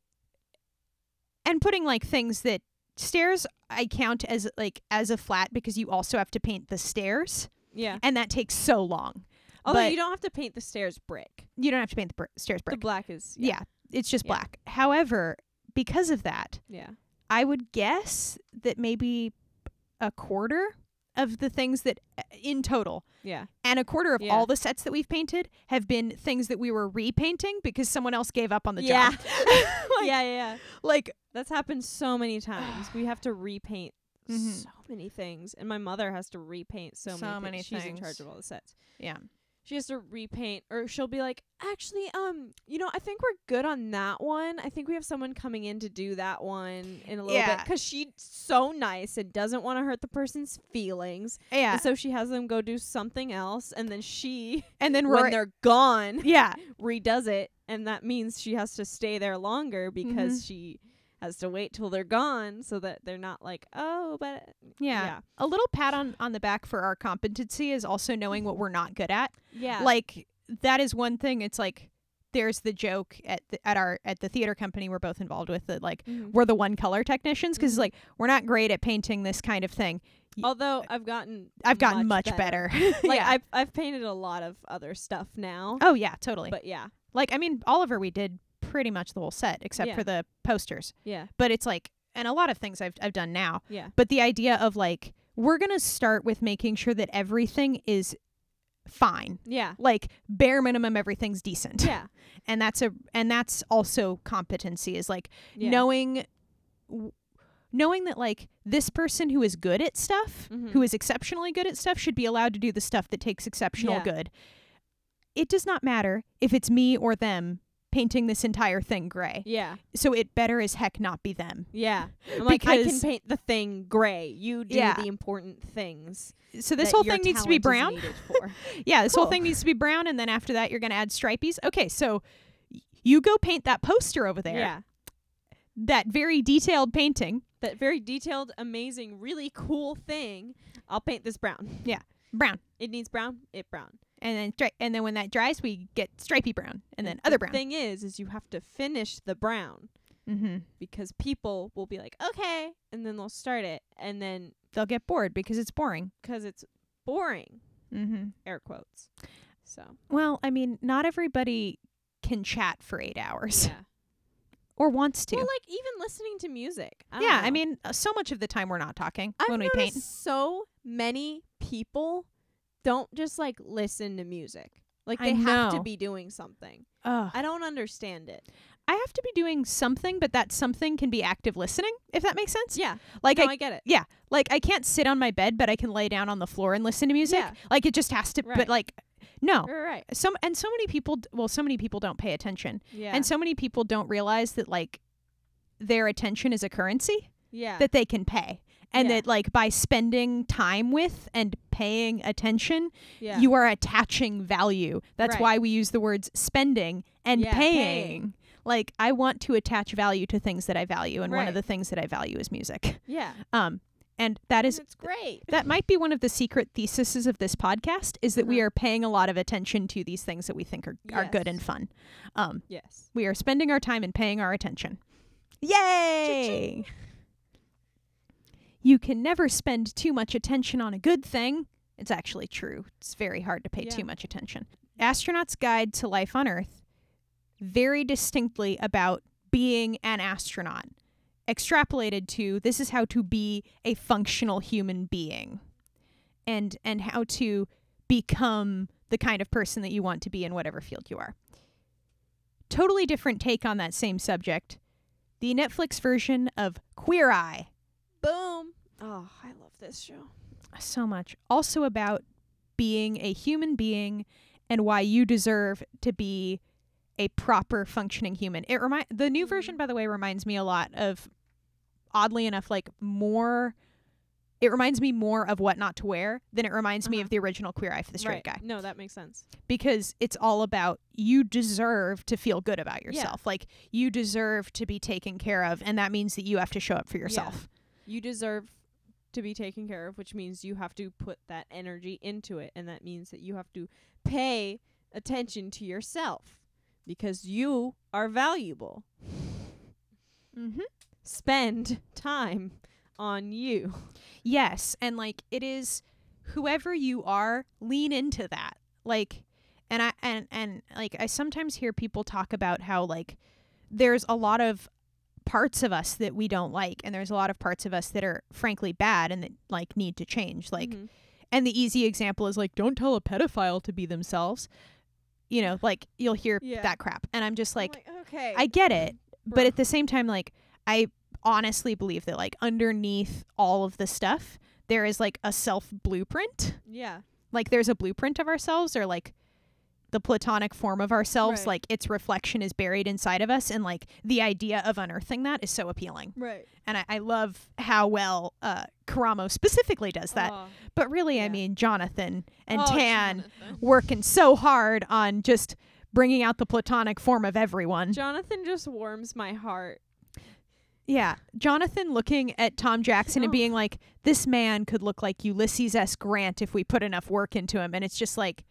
[SPEAKER 2] and putting like things that stairs I count as like as a flat because you also have to paint the stairs
[SPEAKER 1] yeah.
[SPEAKER 2] and that takes so long.
[SPEAKER 1] Although
[SPEAKER 2] but-
[SPEAKER 1] you don't have to paint the stairs brick.
[SPEAKER 2] You don't have to paint the br- stairs
[SPEAKER 1] The
[SPEAKER 2] brick.
[SPEAKER 1] black is
[SPEAKER 2] yeah. it's just
[SPEAKER 1] Yeah.
[SPEAKER 2] black. However, because of that,
[SPEAKER 1] Yeah.
[SPEAKER 2] I would guess that maybe a quarter of the things that uh, in total
[SPEAKER 1] Yeah.
[SPEAKER 2] and a quarter of
[SPEAKER 1] Yeah.
[SPEAKER 2] all the sets that we've painted have been things that we were repainting because someone else gave up on the
[SPEAKER 1] yeah.
[SPEAKER 2] job.
[SPEAKER 1] yeah. Yeah. Yeah.
[SPEAKER 2] Like
[SPEAKER 1] That's happened so many times. We have to repaint
[SPEAKER 2] Mhm.
[SPEAKER 1] so many things, and my mother has to repaint so,
[SPEAKER 2] So
[SPEAKER 1] many
[SPEAKER 2] many
[SPEAKER 1] things. She's in
[SPEAKER 2] things.
[SPEAKER 1] charge of all the sets.
[SPEAKER 2] Yeah.
[SPEAKER 1] She has to repaint, or she'll be like, "Actually, um, you know, I think we're good on that one. I think we have someone coming in to do that one in a little bit. 'Cause
[SPEAKER 2] Yeah.
[SPEAKER 1] because she's so nice and doesn't want to hurt the person's feelings,
[SPEAKER 2] Yeah.
[SPEAKER 1] and so she has them go do something else, and then she,
[SPEAKER 2] and then
[SPEAKER 1] when
[SPEAKER 2] Rory.
[SPEAKER 1] they're gone,
[SPEAKER 2] yeah.
[SPEAKER 1] redoes it and that means she has to stay there longer because
[SPEAKER 2] Mm-hmm.
[SPEAKER 1] she has to wait till they're gone so that they're not like oh but
[SPEAKER 2] Yeah.
[SPEAKER 1] yeah
[SPEAKER 2] A little pat on, on the back for our competency is also knowing what we're not good at.
[SPEAKER 1] yeah
[SPEAKER 2] Like that is one thing. It's like there's the joke at the, at our at the theater company we're both involved with that like
[SPEAKER 1] Mhm.
[SPEAKER 2] we're the one color technicians because like we're not great at painting this kind of thing.
[SPEAKER 1] although i've gotten
[SPEAKER 2] I've gotten much, better.
[SPEAKER 1] like
[SPEAKER 2] yeah.
[SPEAKER 1] I've, I've painted a lot of other stuff now
[SPEAKER 2] oh yeah, totally.
[SPEAKER 1] but yeah
[SPEAKER 2] like I mean, Oliver, we did pretty much the whole set except
[SPEAKER 1] Yeah.
[SPEAKER 2] for the posters.
[SPEAKER 1] yeah
[SPEAKER 2] But it's like, and a lot of things I've I've done now.
[SPEAKER 1] yeah
[SPEAKER 2] but the idea of like we're going to start with making sure that everything is fine
[SPEAKER 1] yeah
[SPEAKER 2] like bare minimum everything's decent
[SPEAKER 1] yeah
[SPEAKER 2] and that's a and that's also competency is like
[SPEAKER 1] yeah
[SPEAKER 2] knowing w- knowing that like this person who is good at stuff,
[SPEAKER 1] Mhm.
[SPEAKER 2] who is exceptionally good at stuff, should be allowed to do the stuff that takes exceptional
[SPEAKER 1] Yeah.
[SPEAKER 2] good. It does not matter if it's me or them painting this entire thing gray.
[SPEAKER 1] Yeah.
[SPEAKER 2] So it better as heck not be them.
[SPEAKER 1] Yeah. I'm like, I can
[SPEAKER 2] Because-
[SPEAKER 1] paint the thing gray. You do
[SPEAKER 2] Yeah.
[SPEAKER 1] the important things.
[SPEAKER 2] So this
[SPEAKER 1] that
[SPEAKER 2] whole
[SPEAKER 1] your
[SPEAKER 2] thing needs to be brown.
[SPEAKER 1] talent is needed for.
[SPEAKER 2] Yeah, this whole
[SPEAKER 1] Cool.
[SPEAKER 2] thing needs to be brown, and then after that, you're going to add stripies. Okay, so y- you go paint that poster over there,
[SPEAKER 1] Yeah.
[SPEAKER 2] that very detailed painting,
[SPEAKER 1] That very detailed, amazing, really cool thing. I'll paint this brown.
[SPEAKER 2] brown,
[SPEAKER 1] It needs brown, it brown.
[SPEAKER 2] and then stri- and then when that dries, we get stripy brown, and then
[SPEAKER 1] the
[SPEAKER 2] other brown.
[SPEAKER 1] thing is, is you have to finish the brown
[SPEAKER 2] mm-hmm.
[SPEAKER 1] because people will be like, okay, and then they'll start it, and then
[SPEAKER 2] They'll get bored because it's boring.
[SPEAKER 1] because it's boring,
[SPEAKER 2] Mm-hmm.
[SPEAKER 1] air quotes. So
[SPEAKER 2] Well, I mean, not everybody can chat for eight hours
[SPEAKER 1] yeah.
[SPEAKER 2] or wants to.
[SPEAKER 1] Well, like even listening to music. I don't
[SPEAKER 2] yeah, I
[SPEAKER 1] know.
[SPEAKER 2] mean, uh, so much of the time we're not talking
[SPEAKER 1] I've
[SPEAKER 2] when we
[SPEAKER 1] noticed
[SPEAKER 2] paint.
[SPEAKER 1] so many people don't just like listen to music. Like
[SPEAKER 2] I
[SPEAKER 1] they have to
[SPEAKER 2] know.
[SPEAKER 1] be doing something.
[SPEAKER 2] Ugh.
[SPEAKER 1] I don't understand it.
[SPEAKER 2] I have to be doing something, but that something can be active listening, if that makes sense.
[SPEAKER 1] Yeah,
[SPEAKER 2] Like
[SPEAKER 1] no,
[SPEAKER 2] I
[SPEAKER 1] I get it.
[SPEAKER 2] like I can't sit on my bed, but I can lay down on the floor and listen to music.
[SPEAKER 1] Yeah.
[SPEAKER 2] Like it just has to.
[SPEAKER 1] Right.
[SPEAKER 2] But like, no.
[SPEAKER 1] You're right.
[SPEAKER 2] Some and so many people. d- Well, so many people don't pay attention,
[SPEAKER 1] Yeah.
[SPEAKER 2] and so many people don't realize that like their attention is a currency
[SPEAKER 1] yeah.
[SPEAKER 2] that they can pay, and
[SPEAKER 1] Yeah.
[SPEAKER 2] that like by spending time with and paying attention,
[SPEAKER 1] yeah.
[SPEAKER 2] you are attaching value. That's
[SPEAKER 1] Right.
[SPEAKER 2] why we use the words spending and
[SPEAKER 1] Yeah,
[SPEAKER 2] paying.
[SPEAKER 1] paying.
[SPEAKER 2] Like I want to attach value to things that I value, and one of
[SPEAKER 1] Right.
[SPEAKER 2] the things that I value is music.
[SPEAKER 1] yeah.
[SPEAKER 2] Um, and that
[SPEAKER 1] And
[SPEAKER 2] is
[SPEAKER 1] it's great.
[SPEAKER 2] that might be one of the secret theses of this podcast is that we
[SPEAKER 1] Uh-huh.
[SPEAKER 2] are paying a lot of attention to these things that we think are, are good
[SPEAKER 1] Yes.
[SPEAKER 2] and fun. Um,
[SPEAKER 1] Yes.
[SPEAKER 2] we are spending our time and paying our attention. Yay! You can never spend too much attention on a good thing. It's actually true. It's very hard to pay
[SPEAKER 1] Yeah.
[SPEAKER 2] too much attention. Astronaut's Guide to Life on Earth very distinctly about being an astronaut, extrapolated to this is how to be a functional human being and and how to become the kind of person that you want to be in whatever field you are. Totally different take on that same subject. The Netflix version of Queer Eye.
[SPEAKER 1] Boom. Oh, I love this show.
[SPEAKER 2] So much. Also about being a human being and why you deserve to be a proper functioning human. It remind the new
[SPEAKER 1] Mhm.
[SPEAKER 2] version by the way reminds me a lot of oddly enough like more it reminds me more of what not to wear than it reminds me
[SPEAKER 1] Uh-huh.
[SPEAKER 2] of the original Queer Eye for the Straight
[SPEAKER 1] right. Mm.
[SPEAKER 2] Guy.
[SPEAKER 1] No, that makes sense.
[SPEAKER 2] because it's all about you deserve to feel good about
[SPEAKER 1] Yeah.
[SPEAKER 2] yourself. Like you deserve to be taken care of and that means that you have to show up for yourself.
[SPEAKER 1] You deserve to be taken care of, which means you have to put that energy into it, and that means that you have to pay attention to yourself because you are valuable. Mm-hmm.
[SPEAKER 2] Mhm.
[SPEAKER 1] Spend time on you.
[SPEAKER 2] Yes, and like it is whoever you are, lean into that. Like and I and and like I sometimes hear people talk about how like there's a lot of parts of us that we don't like and there's a lot of parts of us that are frankly bad and that like need to change. Like
[SPEAKER 1] Mhm.
[SPEAKER 2] And the easy example is like, don't tell a pedophile to be themselves. You know, like you'll hear
[SPEAKER 1] Yeah.
[SPEAKER 2] that crap. And I'm just
[SPEAKER 1] I'm
[SPEAKER 2] like,
[SPEAKER 1] okay.
[SPEAKER 2] I get it. But
[SPEAKER 1] bruh.
[SPEAKER 2] at the same time, like, I honestly believe that, like, underneath all of the stuff, there is like a self blueprint.
[SPEAKER 1] yeah,
[SPEAKER 2] Like, there's a blueprint of ourselves or like the platonic form of ourselves.
[SPEAKER 1] Right.
[SPEAKER 2] Like, its reflection is buried inside of us. And like, the idea of unearthing that is so appealing.
[SPEAKER 1] right.
[SPEAKER 2] And I, I love how well uh, Karamo specifically does that.
[SPEAKER 1] Oh.
[SPEAKER 2] But really, I
[SPEAKER 1] Yeah.
[SPEAKER 2] mean, Jonathan and
[SPEAKER 1] Oh,
[SPEAKER 2] Tan
[SPEAKER 1] Jonathan.
[SPEAKER 2] working so hard on just bringing out the platonic form of everyone.
[SPEAKER 1] Jonathan just warms my heart.
[SPEAKER 2] yeah. Jonathan looking at Tom Jackson and
[SPEAKER 1] Oh.
[SPEAKER 2] being like, this man could look like Ulysses S. Grant if we put enough work into him. And it's just like,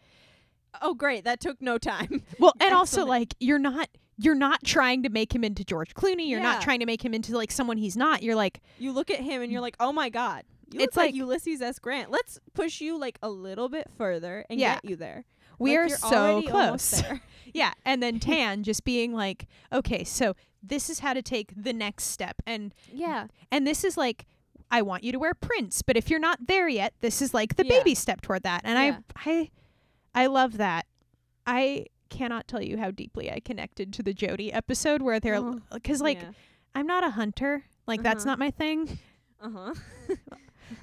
[SPEAKER 1] Oh, great! That took no time.
[SPEAKER 2] well, and also
[SPEAKER 1] Excellent.
[SPEAKER 2] like, you're not. You're not trying to make him into George Clooney. You're
[SPEAKER 1] Yeah.
[SPEAKER 2] not trying to make him into like someone he's not. You're like,
[SPEAKER 1] you look at him and you're like, oh my god, you
[SPEAKER 2] It's
[SPEAKER 1] look like,
[SPEAKER 2] like-
[SPEAKER 1] Ulysses S. Grant. Let's push you like a little bit further and
[SPEAKER 2] Yeah.
[SPEAKER 1] get you there.
[SPEAKER 2] we
[SPEAKER 1] Like,
[SPEAKER 2] are
[SPEAKER 1] you're
[SPEAKER 2] so
[SPEAKER 1] already almost
[SPEAKER 2] close.
[SPEAKER 1] there.
[SPEAKER 2] Yeah, and then Tan just being like, "Okay, so this is how to take the next step." And
[SPEAKER 1] yeah,
[SPEAKER 2] And this is like, I want you to wear prints, but if you're not there yet, this is like the
[SPEAKER 1] Yeah.
[SPEAKER 2] baby step toward that. And
[SPEAKER 1] Yeah.
[SPEAKER 2] I, I, I love that. I cannot tell you how deeply I connected to the Jody episode where they're
[SPEAKER 1] Oh,
[SPEAKER 2] because like
[SPEAKER 1] yeah.
[SPEAKER 2] I'm not a hunter, Like that's
[SPEAKER 1] Uh-huh.
[SPEAKER 2] not my thing.
[SPEAKER 1] Uh huh.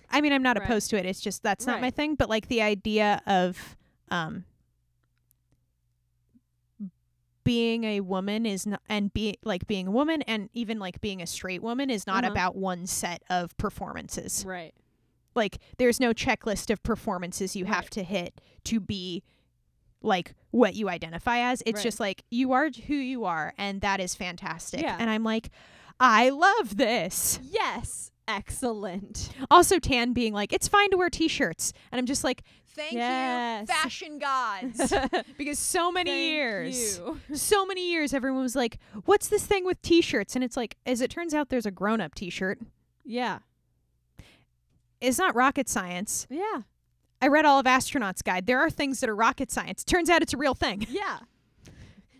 [SPEAKER 2] I mean, I'm not
[SPEAKER 1] Right.
[SPEAKER 2] opposed to it. It's just that's not my
[SPEAKER 1] Right.
[SPEAKER 2] thing. But like the idea of um being a woman is not and be like being a woman and even like being a straight woman is not
[SPEAKER 1] Uh-huh.
[SPEAKER 2] about one set of performances.
[SPEAKER 1] right.
[SPEAKER 2] Like there's no checklist of performances you have
[SPEAKER 1] Right.
[SPEAKER 2] to hit to be like what you identify as. It's
[SPEAKER 1] Right.
[SPEAKER 2] just like you are who you are and that is fantastic.
[SPEAKER 1] Yeah.
[SPEAKER 2] And I'm like I love this
[SPEAKER 1] Yes. Excellent.
[SPEAKER 2] also tan being like it's fine to wear t-shirts and i'm just like thank
[SPEAKER 1] Yes.
[SPEAKER 2] you fashion gods because so many
[SPEAKER 1] Thank
[SPEAKER 2] years
[SPEAKER 1] you.
[SPEAKER 2] so many years everyone was like what's this thing with t-shirts and it's like as it turns out there's a grown-up t-shirt
[SPEAKER 1] Yeah.
[SPEAKER 2] it's not rocket science
[SPEAKER 1] Yeah.
[SPEAKER 2] i read all of astronaut's guide there are things that are rocket science turns out it's a real thing
[SPEAKER 1] Yeah.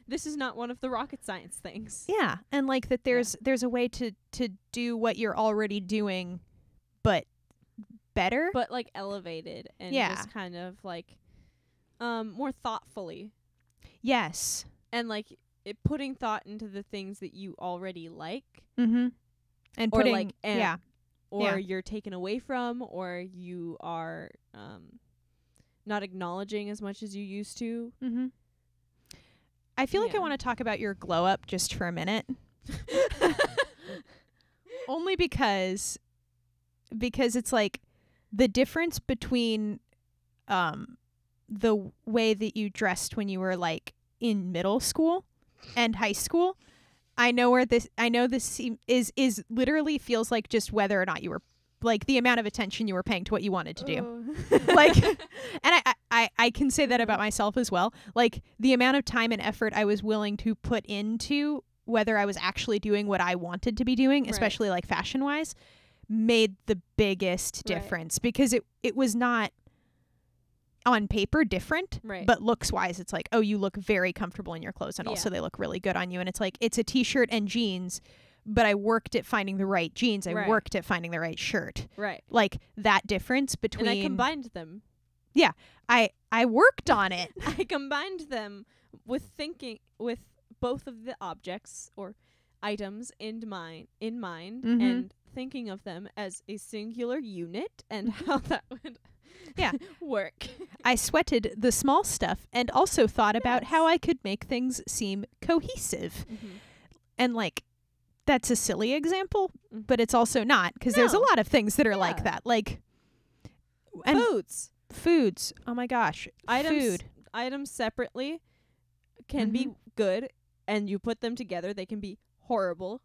[SPEAKER 1] This is not one of the rocket science things.
[SPEAKER 2] yeah and like that there's there's a way to to do what you're already doing but better
[SPEAKER 1] But like elevated and
[SPEAKER 2] Yeah.
[SPEAKER 1] just kind of like um more thoughtfully
[SPEAKER 2] yes
[SPEAKER 1] and like it putting thought into the things that you already like
[SPEAKER 2] mm-hmm and
[SPEAKER 1] Or,
[SPEAKER 2] putting
[SPEAKER 1] like, eh. and-
[SPEAKER 2] yeah
[SPEAKER 1] or
[SPEAKER 2] Yeah.
[SPEAKER 1] you're taken away from or you are um not acknowledging as much as you used to.
[SPEAKER 2] Mm-hmm. I feel like I
[SPEAKER 1] Yeah.
[SPEAKER 2] want to talk about your glow up just for a minute, only because because it's like the difference between um the w- way that you dressed when you were like in middle school and high school. I know where this I know this seem- is is literally feels like just whether or not you were like the amount of attention you were paying to what you wanted to do
[SPEAKER 1] Oh.
[SPEAKER 2] like and I, I- I i can say that about myself as well like the amount of time and effort i was willing to put into whether i was actually doing what i wanted to be doing
[SPEAKER 1] Right.
[SPEAKER 2] especially like fashion wise made the biggest
[SPEAKER 1] Right.
[SPEAKER 2] difference because it it was not on paper different
[SPEAKER 1] right.
[SPEAKER 2] but looks wise it's like oh you look very comfortable in your clothes and
[SPEAKER 1] Yeah.
[SPEAKER 2] also they look really good on you and it's like it's a t-shirt and jeans but i worked at finding the right jeans i
[SPEAKER 1] Right.
[SPEAKER 2] worked at finding the right shirt
[SPEAKER 1] right.
[SPEAKER 2] like that difference between
[SPEAKER 1] And I combined them.
[SPEAKER 2] I I worked on it.
[SPEAKER 1] I combined them with thinking with both of the objects or items in mind in mind
[SPEAKER 2] Mhm.
[SPEAKER 1] and thinking of them as a singular unit and how that would
[SPEAKER 2] Yeah.
[SPEAKER 1] work.
[SPEAKER 2] I sweated the small stuff and also thought about
[SPEAKER 1] Yes.
[SPEAKER 2] how I could make things seem cohesive. And like that's a silly example,
[SPEAKER 1] Mhm.
[SPEAKER 2] but it's also not because there's a
[SPEAKER 1] No.
[SPEAKER 2] lot of things that are like
[SPEAKER 1] Yeah.
[SPEAKER 2] that. Like and
[SPEAKER 1] Foods
[SPEAKER 2] foods. Oh my gosh.
[SPEAKER 1] Items-
[SPEAKER 2] Food.
[SPEAKER 1] items separately can be
[SPEAKER 2] Mm-hmm.
[SPEAKER 1] good and you put them together they can be horrible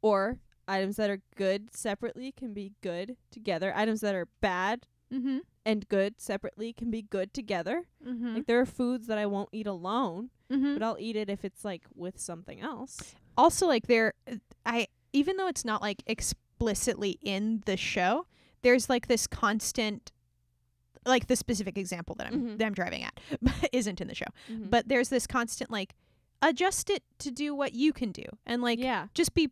[SPEAKER 1] or items that are good separately can be good together. Items that are bad
[SPEAKER 2] Mm-hmm.
[SPEAKER 1] and good separately can be good together.
[SPEAKER 2] Mm-hmm.
[SPEAKER 1] Like there are foods that I won't eat alone,
[SPEAKER 2] mm-hmm.
[SPEAKER 1] but I'll eat it if it's like with something else.
[SPEAKER 2] also like there uh, i even though it's not like explicitly in the show there's like this constant like the specific example that i'm
[SPEAKER 1] Mhm.
[SPEAKER 2] that i'm driving at isn't in the show but there's this constant like adjust it to do what you can do and like
[SPEAKER 1] yeah,
[SPEAKER 2] just be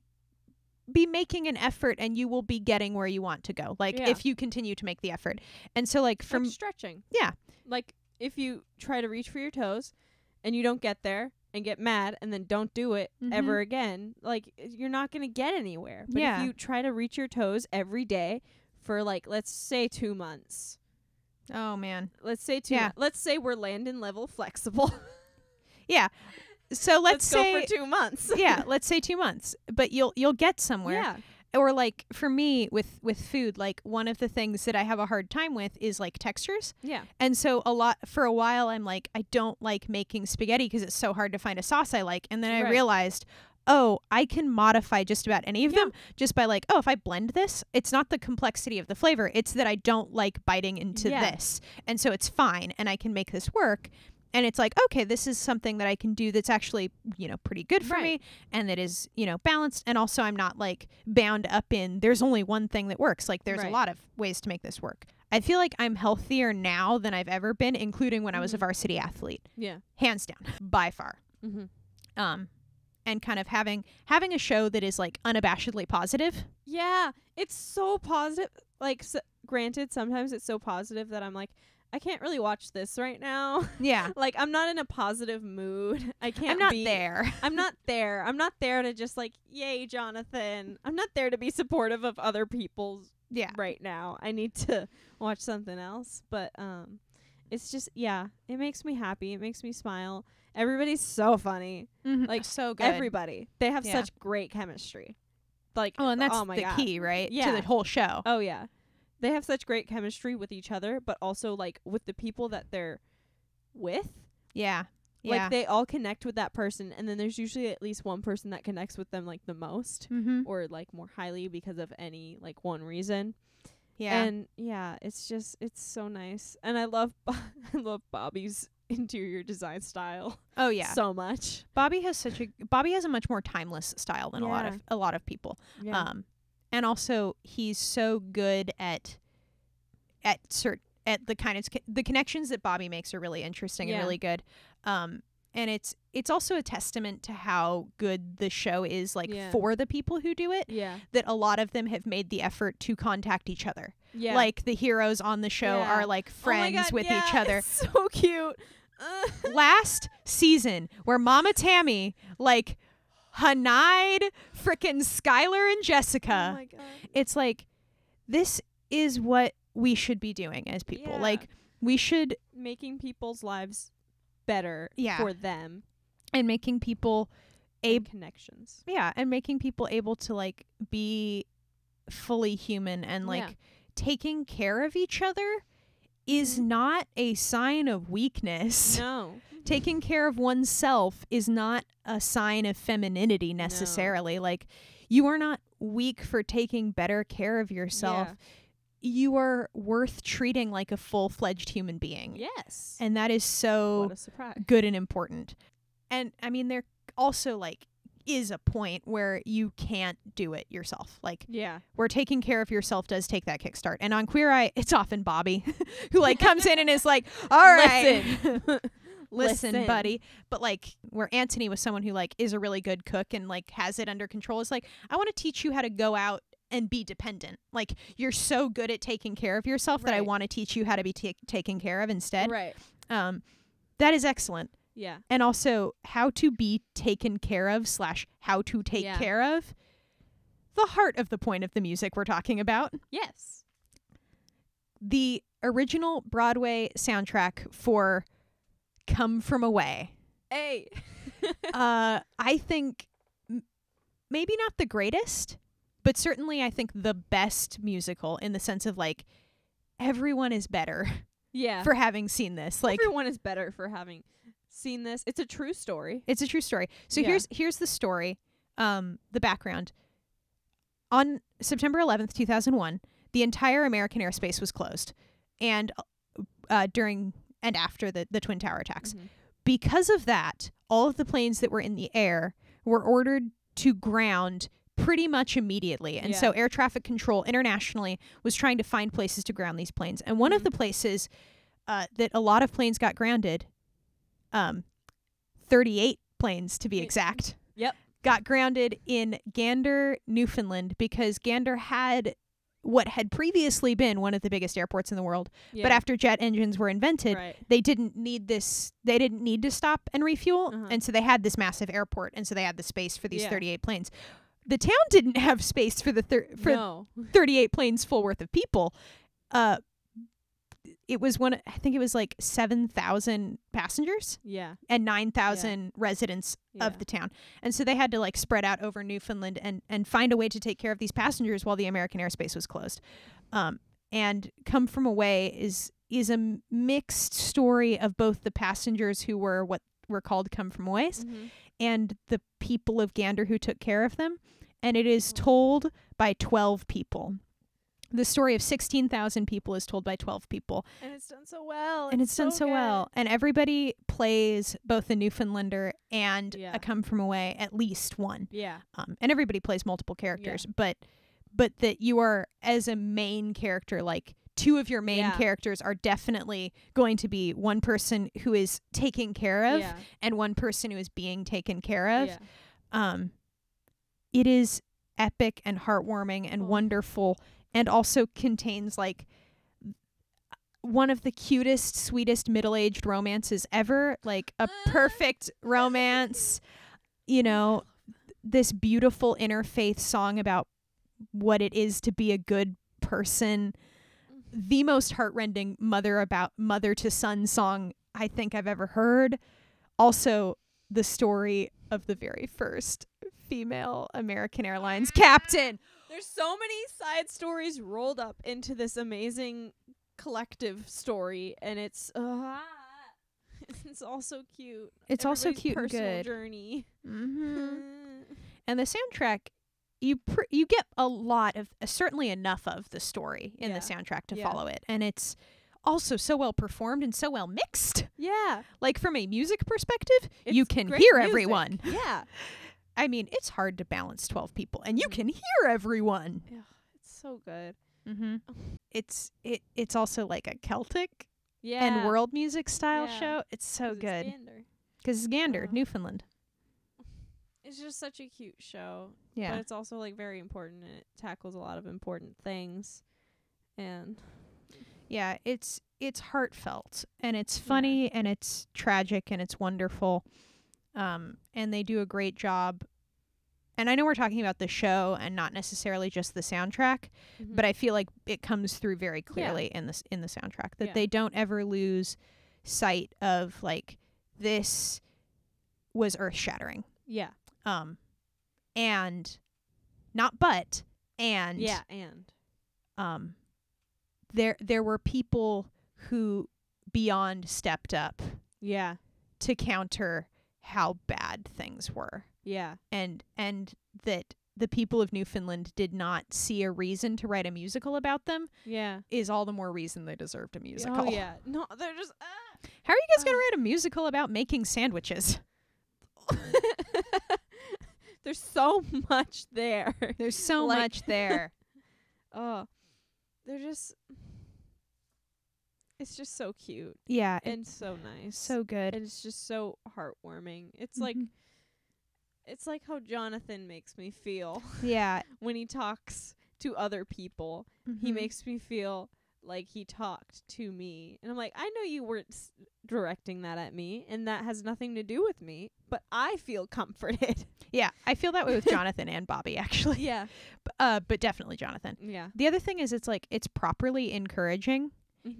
[SPEAKER 2] be making an effort and you will be getting where you want to go like
[SPEAKER 1] Yeah.
[SPEAKER 2] if you continue to make the effort and so like
[SPEAKER 1] from
[SPEAKER 2] from
[SPEAKER 1] stretching.
[SPEAKER 2] Yeah.
[SPEAKER 1] like if you try to reach for your toes and you don't get there and get mad and then don't do it
[SPEAKER 2] Mhm.
[SPEAKER 1] ever again, like you're not gonna get anywhere. But
[SPEAKER 2] Yeah.
[SPEAKER 1] if you try to reach your toes every day for like let's say two months,
[SPEAKER 2] oh man
[SPEAKER 1] let's say two,
[SPEAKER 2] Yeah.
[SPEAKER 1] mon- let's say we're Landon level flexible.
[SPEAKER 2] so let's, say
[SPEAKER 1] go for two months.
[SPEAKER 2] yeah let's say 2 months but you'll you'll get somewhere
[SPEAKER 1] yeah,
[SPEAKER 2] or like for me with with food like one of the things that i have a hard time with is like textures
[SPEAKER 1] yeah,
[SPEAKER 2] and so a lot for a while i'm like i don't like making spaghetti because it's so hard to find a sauce i like and then i
[SPEAKER 1] Right.
[SPEAKER 2] realized oh i can modify just about any of
[SPEAKER 1] Yeah.
[SPEAKER 2] them just by like oh if i blend this it's not the complexity of the flavor it's that i don't like biting into
[SPEAKER 1] Yeah.
[SPEAKER 2] this and so it's fine and i can make this work and it's like okay this is something that i can do that's actually you know pretty good for
[SPEAKER 1] Right.
[SPEAKER 2] me and that is you know balanced and also i'm not like bound up in there's only one thing that works like there's a
[SPEAKER 1] Right.
[SPEAKER 2] lot of ways to make this work i feel like i'm healthier now than i've ever been including when i was a
[SPEAKER 1] Mhm.
[SPEAKER 2] varsity athlete
[SPEAKER 1] yeah.
[SPEAKER 2] hands down by far
[SPEAKER 1] Mm-hmm.
[SPEAKER 2] um and kind of having having a show that is like unabashedly positive
[SPEAKER 1] Yeah, it's so positive. Like, s granted, sometimes it's so positive that I'm like, I can't really watch this right now.
[SPEAKER 2] Yeah.
[SPEAKER 1] like I'm not in a positive mood. I can't
[SPEAKER 2] I'm not
[SPEAKER 1] be
[SPEAKER 2] there.
[SPEAKER 1] I'm not there. I'm not there to just like, yay, Jonathan. I'm not there to be supportive of other people's
[SPEAKER 2] Yeah.
[SPEAKER 1] right now. I need to watch something else. But um it's just yeah, it makes me happy. It makes me smile. Everybody's so funny.
[SPEAKER 2] Like
[SPEAKER 1] Like,
[SPEAKER 2] so good.
[SPEAKER 1] Everybody. They have
[SPEAKER 2] Yeah.
[SPEAKER 1] such great chemistry. Like
[SPEAKER 2] oh, and that's
[SPEAKER 1] my
[SPEAKER 2] the
[SPEAKER 1] God.
[SPEAKER 2] key, right? To
[SPEAKER 1] Yeah.
[SPEAKER 2] the whole show.
[SPEAKER 1] Oh yeah. They have such great chemistry with each other, but also like with the people that they're with.
[SPEAKER 2] Yeah. Yeah.
[SPEAKER 1] Like they all connect with that person and then there's usually at least one person that connects with them like the most
[SPEAKER 2] mm-hmm.
[SPEAKER 1] or like more highly because of any like one reason.
[SPEAKER 2] Yeah.
[SPEAKER 1] And yeah, it's just it's so nice. And I love Bo- I love Bobby's interior design style
[SPEAKER 2] oh yeah.
[SPEAKER 1] so much.
[SPEAKER 2] Bobby has such a Bobby has a much more timeless style than a lot
[SPEAKER 1] Yeah.
[SPEAKER 2] of a lot of people.
[SPEAKER 1] Yeah.
[SPEAKER 2] Um, and also he's so good at at cert at the kind of the connections that Bobby makes are really interesting
[SPEAKER 1] Yeah.
[SPEAKER 2] and really good. Um, and it's it's also a testament to how good the show is like
[SPEAKER 1] Yeah.
[SPEAKER 2] for the people who do it
[SPEAKER 1] yeah.
[SPEAKER 2] that a lot of them have made the effort to contact each other.
[SPEAKER 1] Yeah.
[SPEAKER 2] Like the heroes on the show
[SPEAKER 1] Yeah.
[SPEAKER 2] are like
[SPEAKER 1] Oh my
[SPEAKER 2] friends
[SPEAKER 1] God,
[SPEAKER 2] with
[SPEAKER 1] yeah,
[SPEAKER 2] each other.
[SPEAKER 1] it's so cute. Uh,
[SPEAKER 2] last season where Mama Tammy, like Hanaid, frickin' Skylar and
[SPEAKER 1] oh
[SPEAKER 2] Jessica,
[SPEAKER 1] my god.
[SPEAKER 2] it's like this is what we should be doing as people.
[SPEAKER 1] Yeah.
[SPEAKER 2] Like we should
[SPEAKER 1] Making people's lives better
[SPEAKER 2] Yeah.
[SPEAKER 1] for them.
[SPEAKER 2] and making people
[SPEAKER 1] and
[SPEAKER 2] able
[SPEAKER 1] connections.
[SPEAKER 2] yeah, and making people able to like be fully human and
[SPEAKER 1] Yeah.
[SPEAKER 2] like taking care of each other is
[SPEAKER 1] Mhm.
[SPEAKER 2] not a sign of weakness.
[SPEAKER 1] No.
[SPEAKER 2] taking care of oneself is not a sign of femininity necessarily. Like, you are not weak for taking better care of yourself. You are worth treating like a full fledged human being.
[SPEAKER 1] Yes.
[SPEAKER 2] And that is so
[SPEAKER 1] what a surprise.
[SPEAKER 2] good and important. And I mean, there also, like, is a point where you can't do it yourself. Like,
[SPEAKER 1] Yeah.
[SPEAKER 2] where taking care of yourself does take that kickstart. And on Queer Eye, it's often Bobby who like comes in and is like, "All right,
[SPEAKER 1] Listen.
[SPEAKER 2] listen,
[SPEAKER 1] Listen.
[SPEAKER 2] buddy. But like where Anthony was someone who like is a really good cook and like has it under control is like, I want to teach you how to go out and be dependent. Like you're so good at taking care of yourself that I
[SPEAKER 1] Right.
[SPEAKER 2] want to teach you how to be ta- taken care of instead.
[SPEAKER 1] Right.
[SPEAKER 2] Um, that is excellent.
[SPEAKER 1] Yeah.
[SPEAKER 2] And also how to be taken care of slash how to take
[SPEAKER 1] Yeah.
[SPEAKER 2] care of. The heart of the point of the music we're talking about.
[SPEAKER 1] Yes.
[SPEAKER 2] The original Broadway soundtrack for Come From Away.
[SPEAKER 1] Hey.
[SPEAKER 2] uh, I think m- maybe not the greatest, but certainly I think the best musical in the sense of like everyone is better
[SPEAKER 1] Yeah.
[SPEAKER 2] for having seen this. Like
[SPEAKER 1] Everyone is better for having seen this. It's a true story.
[SPEAKER 2] it's a true story. So
[SPEAKER 1] Yeah.
[SPEAKER 2] here's here's the story, um, the background. On September 11th, 2001, the entire American airspace was closed, and uh, during and after the the twin tower attacks. Because of that, all of the planes that were in the air were ordered to ground pretty much immediately. And
[SPEAKER 1] Yeah.
[SPEAKER 2] so air traffic control internationally was trying to find places to ground these planes. And one of
[SPEAKER 1] Mhm.
[SPEAKER 2] the places uh, that a lot of planes got grounded, um, 38 planes to be
[SPEAKER 1] Y-
[SPEAKER 2] exact.
[SPEAKER 1] yep.
[SPEAKER 2] Got grounded in Gander, Newfoundland, because Gander had what had previously been one of the biggest airports in the world.
[SPEAKER 1] Yeah.
[SPEAKER 2] But after jet engines were invented,
[SPEAKER 1] right.
[SPEAKER 2] they didn't need this they didn't need to stop and refuel
[SPEAKER 1] Uh-huh.
[SPEAKER 2] and so they had this massive airport and so they had the space for these
[SPEAKER 1] Yeah.
[SPEAKER 2] 38 planes the town didn't have space for the thir- for
[SPEAKER 1] no.
[SPEAKER 2] 38 planes full worth of people uh it was one i think it was like 7000 passengers
[SPEAKER 1] Yeah.
[SPEAKER 2] and 9000 residents
[SPEAKER 1] yeah.
[SPEAKER 2] of the town and so they had to like spread out over newfoundland and and find a way to take care of these passengers while the american airspace was closed um and come from away is is a m- mixed story of both the passengers who were what were called come from aways
[SPEAKER 1] Mhm.
[SPEAKER 2] and the people of gander who took care of them and it is
[SPEAKER 1] Oh.
[SPEAKER 2] told by 12 people the story of 16,000 people is told by 12 people
[SPEAKER 1] And it's done so well.
[SPEAKER 2] and it's done so
[SPEAKER 1] good.
[SPEAKER 2] well and everybody plays both a newfoundlander and
[SPEAKER 1] Yeah.
[SPEAKER 2] a come from away at least one
[SPEAKER 1] Yeah.
[SPEAKER 2] um, and everybody plays multiple characters but but that you are as a main character like two of your main
[SPEAKER 1] Yeah.
[SPEAKER 2] characters are definitely going to be one person who is taken care of
[SPEAKER 1] yeah.
[SPEAKER 2] and one person who is being taken care of
[SPEAKER 1] yeah.
[SPEAKER 2] um it is epic and heartwarming and
[SPEAKER 1] Oh.
[SPEAKER 2] wonderful and also contains like one of the cutest, sweetest middle-aged romances ever, like a perfect romance. You know, this beautiful interfaith song about what it is to be a good person. The most heartrending mother about mother to son song I think I've ever heard. Also, the story of the very first female American Airlines captain.
[SPEAKER 1] There's so many side stories rolled up into this amazing collective story, and it's uh, it's all so cute.
[SPEAKER 2] It's all so
[SPEAKER 1] Everybody's
[SPEAKER 2] cute and
[SPEAKER 1] Personal
[SPEAKER 2] good.
[SPEAKER 1] journey.
[SPEAKER 2] Mm-hmm. and the soundtrack you pr- you get a lot of uh, certainly enough of the story in
[SPEAKER 1] Yeah.
[SPEAKER 2] the soundtrack to
[SPEAKER 1] Yeah.
[SPEAKER 2] follow it and it's also so well performed and so well mixed
[SPEAKER 1] yeah,
[SPEAKER 2] like from a music perspective you
[SPEAKER 1] it's
[SPEAKER 2] can
[SPEAKER 1] great
[SPEAKER 2] hear
[SPEAKER 1] music.
[SPEAKER 2] everyone
[SPEAKER 1] Yeah,
[SPEAKER 2] i mean it's hard to balance 12 people and you
[SPEAKER 1] Mhm.
[SPEAKER 2] can hear everyone
[SPEAKER 1] it's so good.
[SPEAKER 2] mm-hmm. it's it it's also like a celtic
[SPEAKER 1] Yeah,
[SPEAKER 2] and world music style
[SPEAKER 1] Yeah.
[SPEAKER 2] show it's so
[SPEAKER 1] 'cause it's
[SPEAKER 2] good
[SPEAKER 1] Gander.
[SPEAKER 2] because it's gander
[SPEAKER 1] Oh.
[SPEAKER 2] newfoundland
[SPEAKER 1] It's just such a cute show,
[SPEAKER 2] yeah
[SPEAKER 1] but it's also like very important, and it tackles a lot of important things. And
[SPEAKER 2] Yeah, it's it's heartfelt and it's
[SPEAKER 1] Yeah.
[SPEAKER 2] funny and it's tragic and it's wonderful. Um and they do a great job. And I know we're talking about the show and not necessarily just the soundtrack,
[SPEAKER 1] mm-hmm.
[SPEAKER 2] but I feel like it comes through very clearly in this in the soundtrack that
[SPEAKER 1] Yeah.
[SPEAKER 2] they don't ever lose sight of like this was earth-shattering.
[SPEAKER 1] yeah,
[SPEAKER 2] Um and not but and
[SPEAKER 1] yeah, and
[SPEAKER 2] um, there there were people who beyond stepped up
[SPEAKER 1] yeah,
[SPEAKER 2] to counter how bad things were
[SPEAKER 1] yeah,
[SPEAKER 2] and and that the people of Newfoundland did not see a reason to write a musical about them
[SPEAKER 1] yeah.
[SPEAKER 2] is all the more reason they deserved a musical.
[SPEAKER 1] Oh yeah, no, they're just. Ah.
[SPEAKER 2] How are you guys going
[SPEAKER 1] Ah.
[SPEAKER 2] to write a musical about making sandwiches?
[SPEAKER 1] There's so much there.
[SPEAKER 2] There's so
[SPEAKER 1] Like-
[SPEAKER 2] much there.
[SPEAKER 1] Oh, they're just. It's just so cute
[SPEAKER 2] yeah,
[SPEAKER 1] and so nice.
[SPEAKER 2] it's so good.
[SPEAKER 1] and it's just so heartwarming. It's like
[SPEAKER 2] Mhm.
[SPEAKER 1] it's like how Jonathan makes me feel
[SPEAKER 2] yeah,
[SPEAKER 1] when he talks to other people. He
[SPEAKER 2] mhm.
[SPEAKER 1] makes me feel like he talked to me, and I'm like, I know you weren't s- directing that at me, and that has nothing to do with me, but I feel comforted.
[SPEAKER 2] Yeah, I feel that way with Jonathan and Bobby actually.
[SPEAKER 1] yeah,
[SPEAKER 2] B- Uh but definitely Jonathan.
[SPEAKER 1] yeah.
[SPEAKER 2] The other thing is it's like it's properly encouraging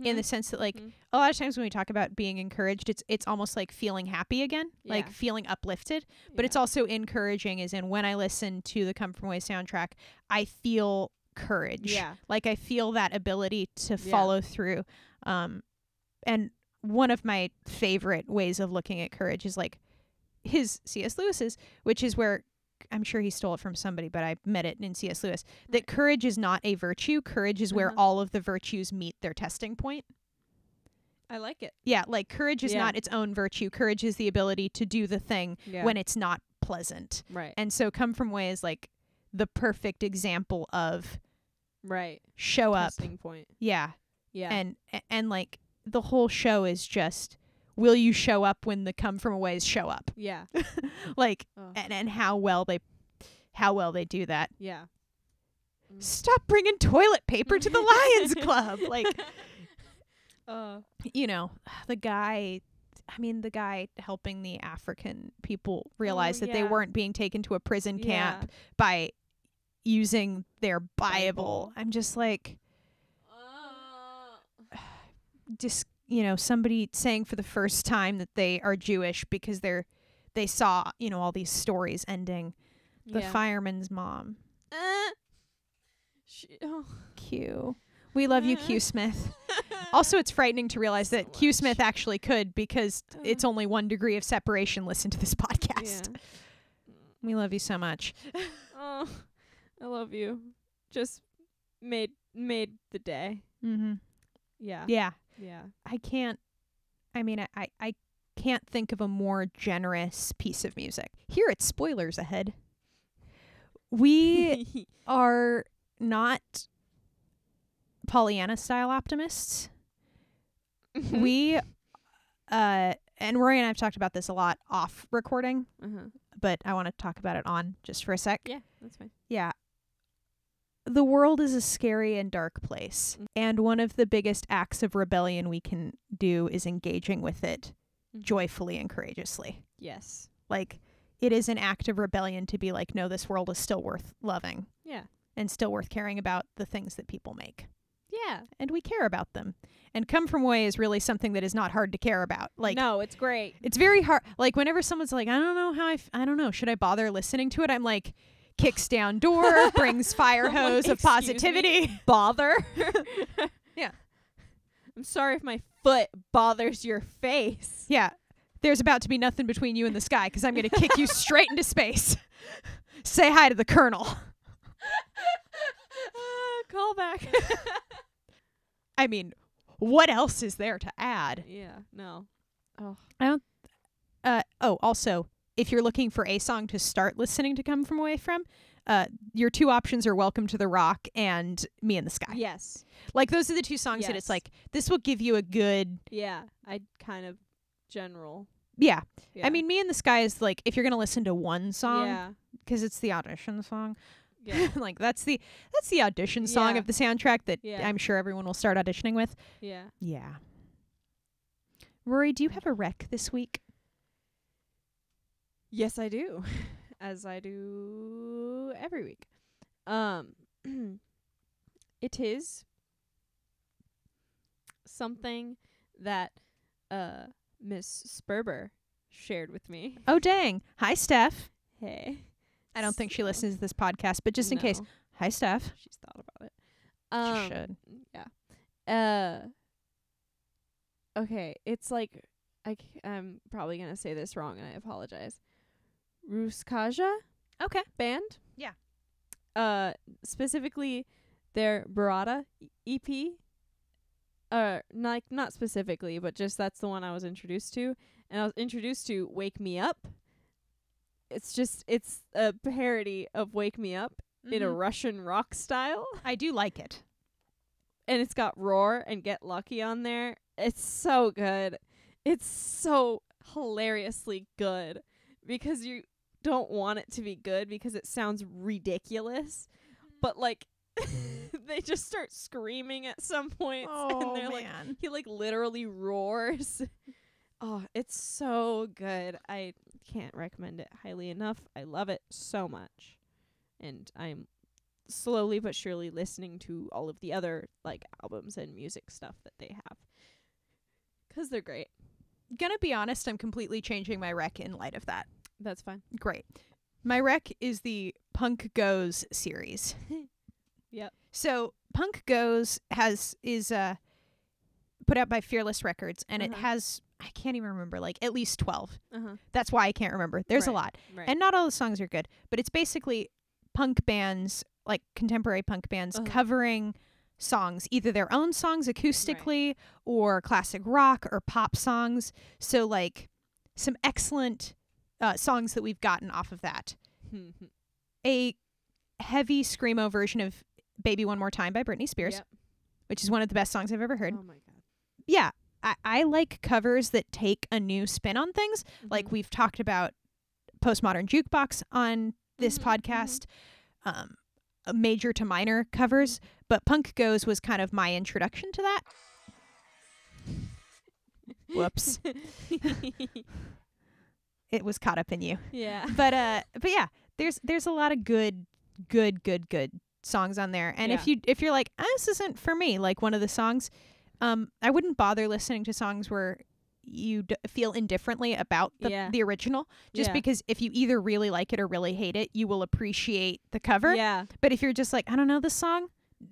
[SPEAKER 2] in the sense that like
[SPEAKER 1] Mhm.
[SPEAKER 2] a lot of times when we talk about being encouraged it's it's almost like feeling happy again, like
[SPEAKER 1] Yeah.
[SPEAKER 2] feeling uplifted, but it's also encouraging as in when I listen to the Come From Away soundtrack, I feel courage.
[SPEAKER 1] yeah,
[SPEAKER 2] Like I feel that ability to follow through. Um and one of my favorite ways of looking at courage is like his C.S. Lewis's, which is where I'm sure he stole it from somebody, but I met it in C.S. Lewis that
[SPEAKER 1] Right.
[SPEAKER 2] courage is not a virtue. Courage is where
[SPEAKER 1] Uh-huh.
[SPEAKER 2] all of the virtues meet their testing point.
[SPEAKER 1] I like it.
[SPEAKER 2] Yeah, like courage is
[SPEAKER 1] Yeah.
[SPEAKER 2] not its own virtue. Courage is the ability to do the thing
[SPEAKER 1] Yeah,
[SPEAKER 2] when it's not pleasant.
[SPEAKER 1] right,
[SPEAKER 2] And so come from way is like the perfect example of
[SPEAKER 1] right.
[SPEAKER 2] show up.
[SPEAKER 1] Testing point.
[SPEAKER 2] Yeah.
[SPEAKER 1] Yeah,
[SPEAKER 2] And a- and like the whole show is just will you show up when the come from aways show up?
[SPEAKER 1] yeah, Mm-hmm. Oh,
[SPEAKER 2] Like
[SPEAKER 1] Ugh.
[SPEAKER 2] and, and how well they how well they do that.
[SPEAKER 1] yeah.
[SPEAKER 2] Stop bringing toilet paper to the Lions Club. Like
[SPEAKER 1] Uh,
[SPEAKER 2] you know, the guy I mean, the guy helping the African people realize that they
[SPEAKER 1] Oh, yeah.
[SPEAKER 2] weren't being taken to a prison
[SPEAKER 1] yeah.
[SPEAKER 2] camp by using their Bible.
[SPEAKER 1] Bible.
[SPEAKER 2] I'm just like,
[SPEAKER 1] Uh,
[SPEAKER 2] just you know, somebody saying for the first time that they are Jewish because they're they saw you know all these stories ending. The
[SPEAKER 1] yeah.
[SPEAKER 2] fireman's mom, Eh.
[SPEAKER 1] Uh, sh- oh.
[SPEAKER 2] Q. We love you, Q
[SPEAKER 1] Uh.
[SPEAKER 2] Smith. Also, it's frightening to realize
[SPEAKER 1] So
[SPEAKER 2] that Q
[SPEAKER 1] much.
[SPEAKER 2] Smith actually could because
[SPEAKER 1] Uh.
[SPEAKER 2] it's only one degree of separation. Listen to this podcast.
[SPEAKER 1] Yeah.
[SPEAKER 2] We love you so much.
[SPEAKER 1] Oh, I love you. Just made made the day.
[SPEAKER 2] Mm-hmm.
[SPEAKER 1] Yeah.
[SPEAKER 2] Yeah,
[SPEAKER 1] Yeah.
[SPEAKER 2] I can't. I mean, I, I I can't think of a more generous piece of music. Here, it's spoilers ahead. We are not Pollyanna style optimists. we uh and Rory and I've talked about this a lot off recording,
[SPEAKER 1] uh-huh.
[SPEAKER 2] but I want to talk about it on just for a sec.
[SPEAKER 1] Yeah, that's fine.
[SPEAKER 2] Yeah. the world is a scary and dark place.
[SPEAKER 1] Mhm.
[SPEAKER 2] And one of the biggest acts of rebellion we can do is engaging with it
[SPEAKER 1] Mhm.
[SPEAKER 2] joyfully and courageously.
[SPEAKER 1] Yes.
[SPEAKER 2] Like, it is an act of rebellion to be like, no, this world is still worth loving
[SPEAKER 1] Yeah.
[SPEAKER 2] and still worth caring about the things that people make.
[SPEAKER 1] Yeah.
[SPEAKER 2] And we care about them. And come from way is really something that is not hard to care about. Like,
[SPEAKER 1] no, it's great.
[SPEAKER 2] it's very hard. Like, whenever someone's like, I don't know how I, f- I don't know, should I bother listening to it? I'm like, kicks down door, brings fire
[SPEAKER 1] I'm like,
[SPEAKER 2] hose of
[SPEAKER 1] "Excuse me?"
[SPEAKER 2] positivity.
[SPEAKER 1] Bother.
[SPEAKER 2] Yeah.
[SPEAKER 1] I'm sorry if my foot bothers your face.
[SPEAKER 2] Yeah. There's about to be nothing between you and the sky because I'm going to kick you straight into space. Say hi to the colonel.
[SPEAKER 1] Ah, call back.
[SPEAKER 2] I mean, what else is there to add?
[SPEAKER 1] yeah. No.
[SPEAKER 2] Uh, oh, also, if you're looking for a song to start listening to Come From Away From, uh, your two options are Welcome to the Rock and Me and the Sky.
[SPEAKER 1] Yes.
[SPEAKER 2] Like, those are the two songs that
[SPEAKER 1] Yes.
[SPEAKER 2] it's like, this will give you a good.
[SPEAKER 1] Yeah. I kind of general.
[SPEAKER 2] Yeah.
[SPEAKER 1] Yeah.
[SPEAKER 2] I mean, Me and the Sky is like, if you're going to listen to one song,
[SPEAKER 1] Yeah.
[SPEAKER 2] because it's the audition song.
[SPEAKER 1] Yeah.
[SPEAKER 2] like that's the that's the audition song
[SPEAKER 1] Yeah.
[SPEAKER 2] of the soundtrack that
[SPEAKER 1] Yeah.
[SPEAKER 2] I'm sure everyone will start auditioning with.
[SPEAKER 1] Yeah.
[SPEAKER 2] Yeah. Rory, do you have a rec this week?
[SPEAKER 1] Yes, I do. As I do every week. Um it is something that uh Miss Sperber shared with me.
[SPEAKER 2] Oh dang. Hi Steph.
[SPEAKER 1] Hey.
[SPEAKER 2] I don't think she
[SPEAKER 1] So-
[SPEAKER 2] listens to this podcast, but just in case.
[SPEAKER 1] No,
[SPEAKER 2] Hi Steph.
[SPEAKER 1] she's thought about it.
[SPEAKER 2] She
[SPEAKER 1] Um
[SPEAKER 2] should.
[SPEAKER 1] Uh Okay, it's like I c- I'm probably going to say this wrong and I apologize. Ruskaja?
[SPEAKER 2] Okay.
[SPEAKER 1] band.
[SPEAKER 2] Yeah.
[SPEAKER 1] Uh, specifically their Barada EP. Uh, not not specifically, but just that's the one I was introduced to, and I was introduced to "Wake Me Up." It's just it's a parody of "Wake Me Up" in a
[SPEAKER 2] Mhm.
[SPEAKER 1] Russian rock style,
[SPEAKER 2] Mm-hmm. I do like it.
[SPEAKER 1] and it's got "Roar" and "Get Lucky" on there. It's so good. It's so hilariously good because you don't want it to be good because it sounds ridiculous but like they just start screaming at some points
[SPEAKER 2] Oh,
[SPEAKER 1] and they're like he like literally roars oh it's so good i can't recommend it highly enough i love it so much and i'm slowly but surely listening to all of the other like albums and music stuff that they have. 'Cause they're great
[SPEAKER 2] gonna be honest, I'm completely changing my rec in light of that.
[SPEAKER 1] that's fine
[SPEAKER 2] Great. My rec is the Punk Goes series.
[SPEAKER 1] Yep.
[SPEAKER 2] So Punk Goes has is uh put out by Fearless Records and it
[SPEAKER 1] Uh-huh.
[SPEAKER 2] has I can't even remember like at least 12.
[SPEAKER 1] uh-huh
[SPEAKER 2] That's why I can't remember. There's a
[SPEAKER 1] Right.
[SPEAKER 2] lot.
[SPEAKER 1] right
[SPEAKER 2] And not all the songs are good, but it's basically punk bands like contemporary punk bands
[SPEAKER 1] Uh-huh.
[SPEAKER 2] covering songs either their own songs acoustically or classic rock or pop songs so like some excellent uh, songs that we've gotten off of that
[SPEAKER 1] Oh
[SPEAKER 2] a heavy screamo version of Baby One More Time by Britney Spears,
[SPEAKER 1] Yep.
[SPEAKER 2] which is one of the best songs I've ever heard.
[SPEAKER 1] oh my god
[SPEAKER 2] Yeah, I, I like covers that take a new spin on things. Like
[SPEAKER 1] Mhm.
[SPEAKER 2] we've talked about Postmodern Jukebox on this
[SPEAKER 1] Mhm, mhm.
[SPEAKER 2] podcast, um, uh, major to minor covers, but Punk Goes was kind of my introduction to that. Whoops. It was caught up in you.
[SPEAKER 1] yeah
[SPEAKER 2] but uh but yeah there's there's a lot of good good good good songs on there and if
[SPEAKER 1] Yeah.
[SPEAKER 2] you if you're like ah, this isn't for me like one of the songs um i wouldn't bother listening to songs where you d- feel indifferently about the,
[SPEAKER 1] Yeah.
[SPEAKER 2] the original just
[SPEAKER 1] Yeah.
[SPEAKER 2] because if you either really like it or really hate it you will appreciate the cover
[SPEAKER 1] yeah
[SPEAKER 2] but if you're just like i don't know this song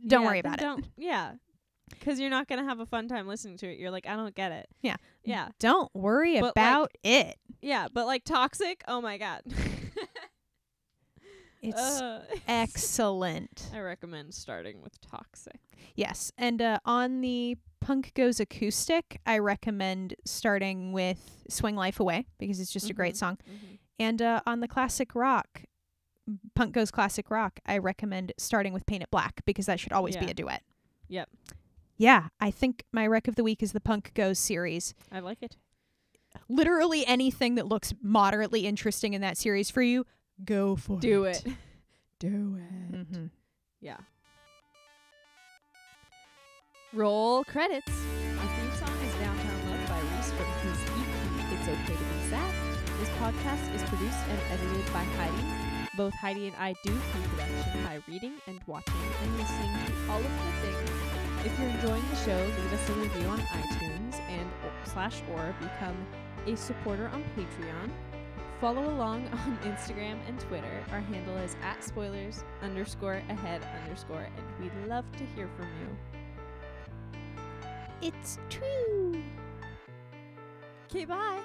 [SPEAKER 2] don't
[SPEAKER 1] Yeah,
[SPEAKER 2] worry
[SPEAKER 1] then
[SPEAKER 2] about it
[SPEAKER 1] Don't. Yeah. 'Cause you're not going to have a fun time listening to it. You're like, I don't get it.
[SPEAKER 2] Yeah.
[SPEAKER 1] Yeah.
[SPEAKER 2] don't worry
[SPEAKER 1] But, like-
[SPEAKER 2] about it
[SPEAKER 1] Yeah. But like toxic, oh my God.
[SPEAKER 2] it's
[SPEAKER 1] Uh,
[SPEAKER 2] excellent
[SPEAKER 1] I recommend starting with toxic.
[SPEAKER 2] Yes. And uh, on the Punk Goes Acoustic, I recommend starting with Swing Life Away because it's just a great
[SPEAKER 1] Mhm.
[SPEAKER 2] song. And uh, on the classic rock, Punk Goes Classic Rock, I recommend starting with Paint It Black because that should always be
[SPEAKER 1] Yeah.
[SPEAKER 2] a duet.
[SPEAKER 1] Yep.
[SPEAKER 2] Yeah. I think my rec of the week is the Punk Goes series.
[SPEAKER 1] I like it.
[SPEAKER 2] Literally anything that looks moderately interesting in that series for you, go for it.
[SPEAKER 1] Do it. Do it.
[SPEAKER 2] Mhm.
[SPEAKER 1] Yeah. Roll credits. Our theme song is Downtown Love by Reese from his EP, It's Okay to Be Sad. This podcast is produced and edited by Heidi. Both Heidi and I do pre production by reading and watching and listening to all of the things. If you're enjoying the show, leave us a review on iTunes and o- slash or become a supporter on Patreon. Follow along on Instagram and Twitter. Our handle is at spoilers underscore ahead underscore, and we'd love to hear from you.
[SPEAKER 2] It's true.
[SPEAKER 1] Okay, bye.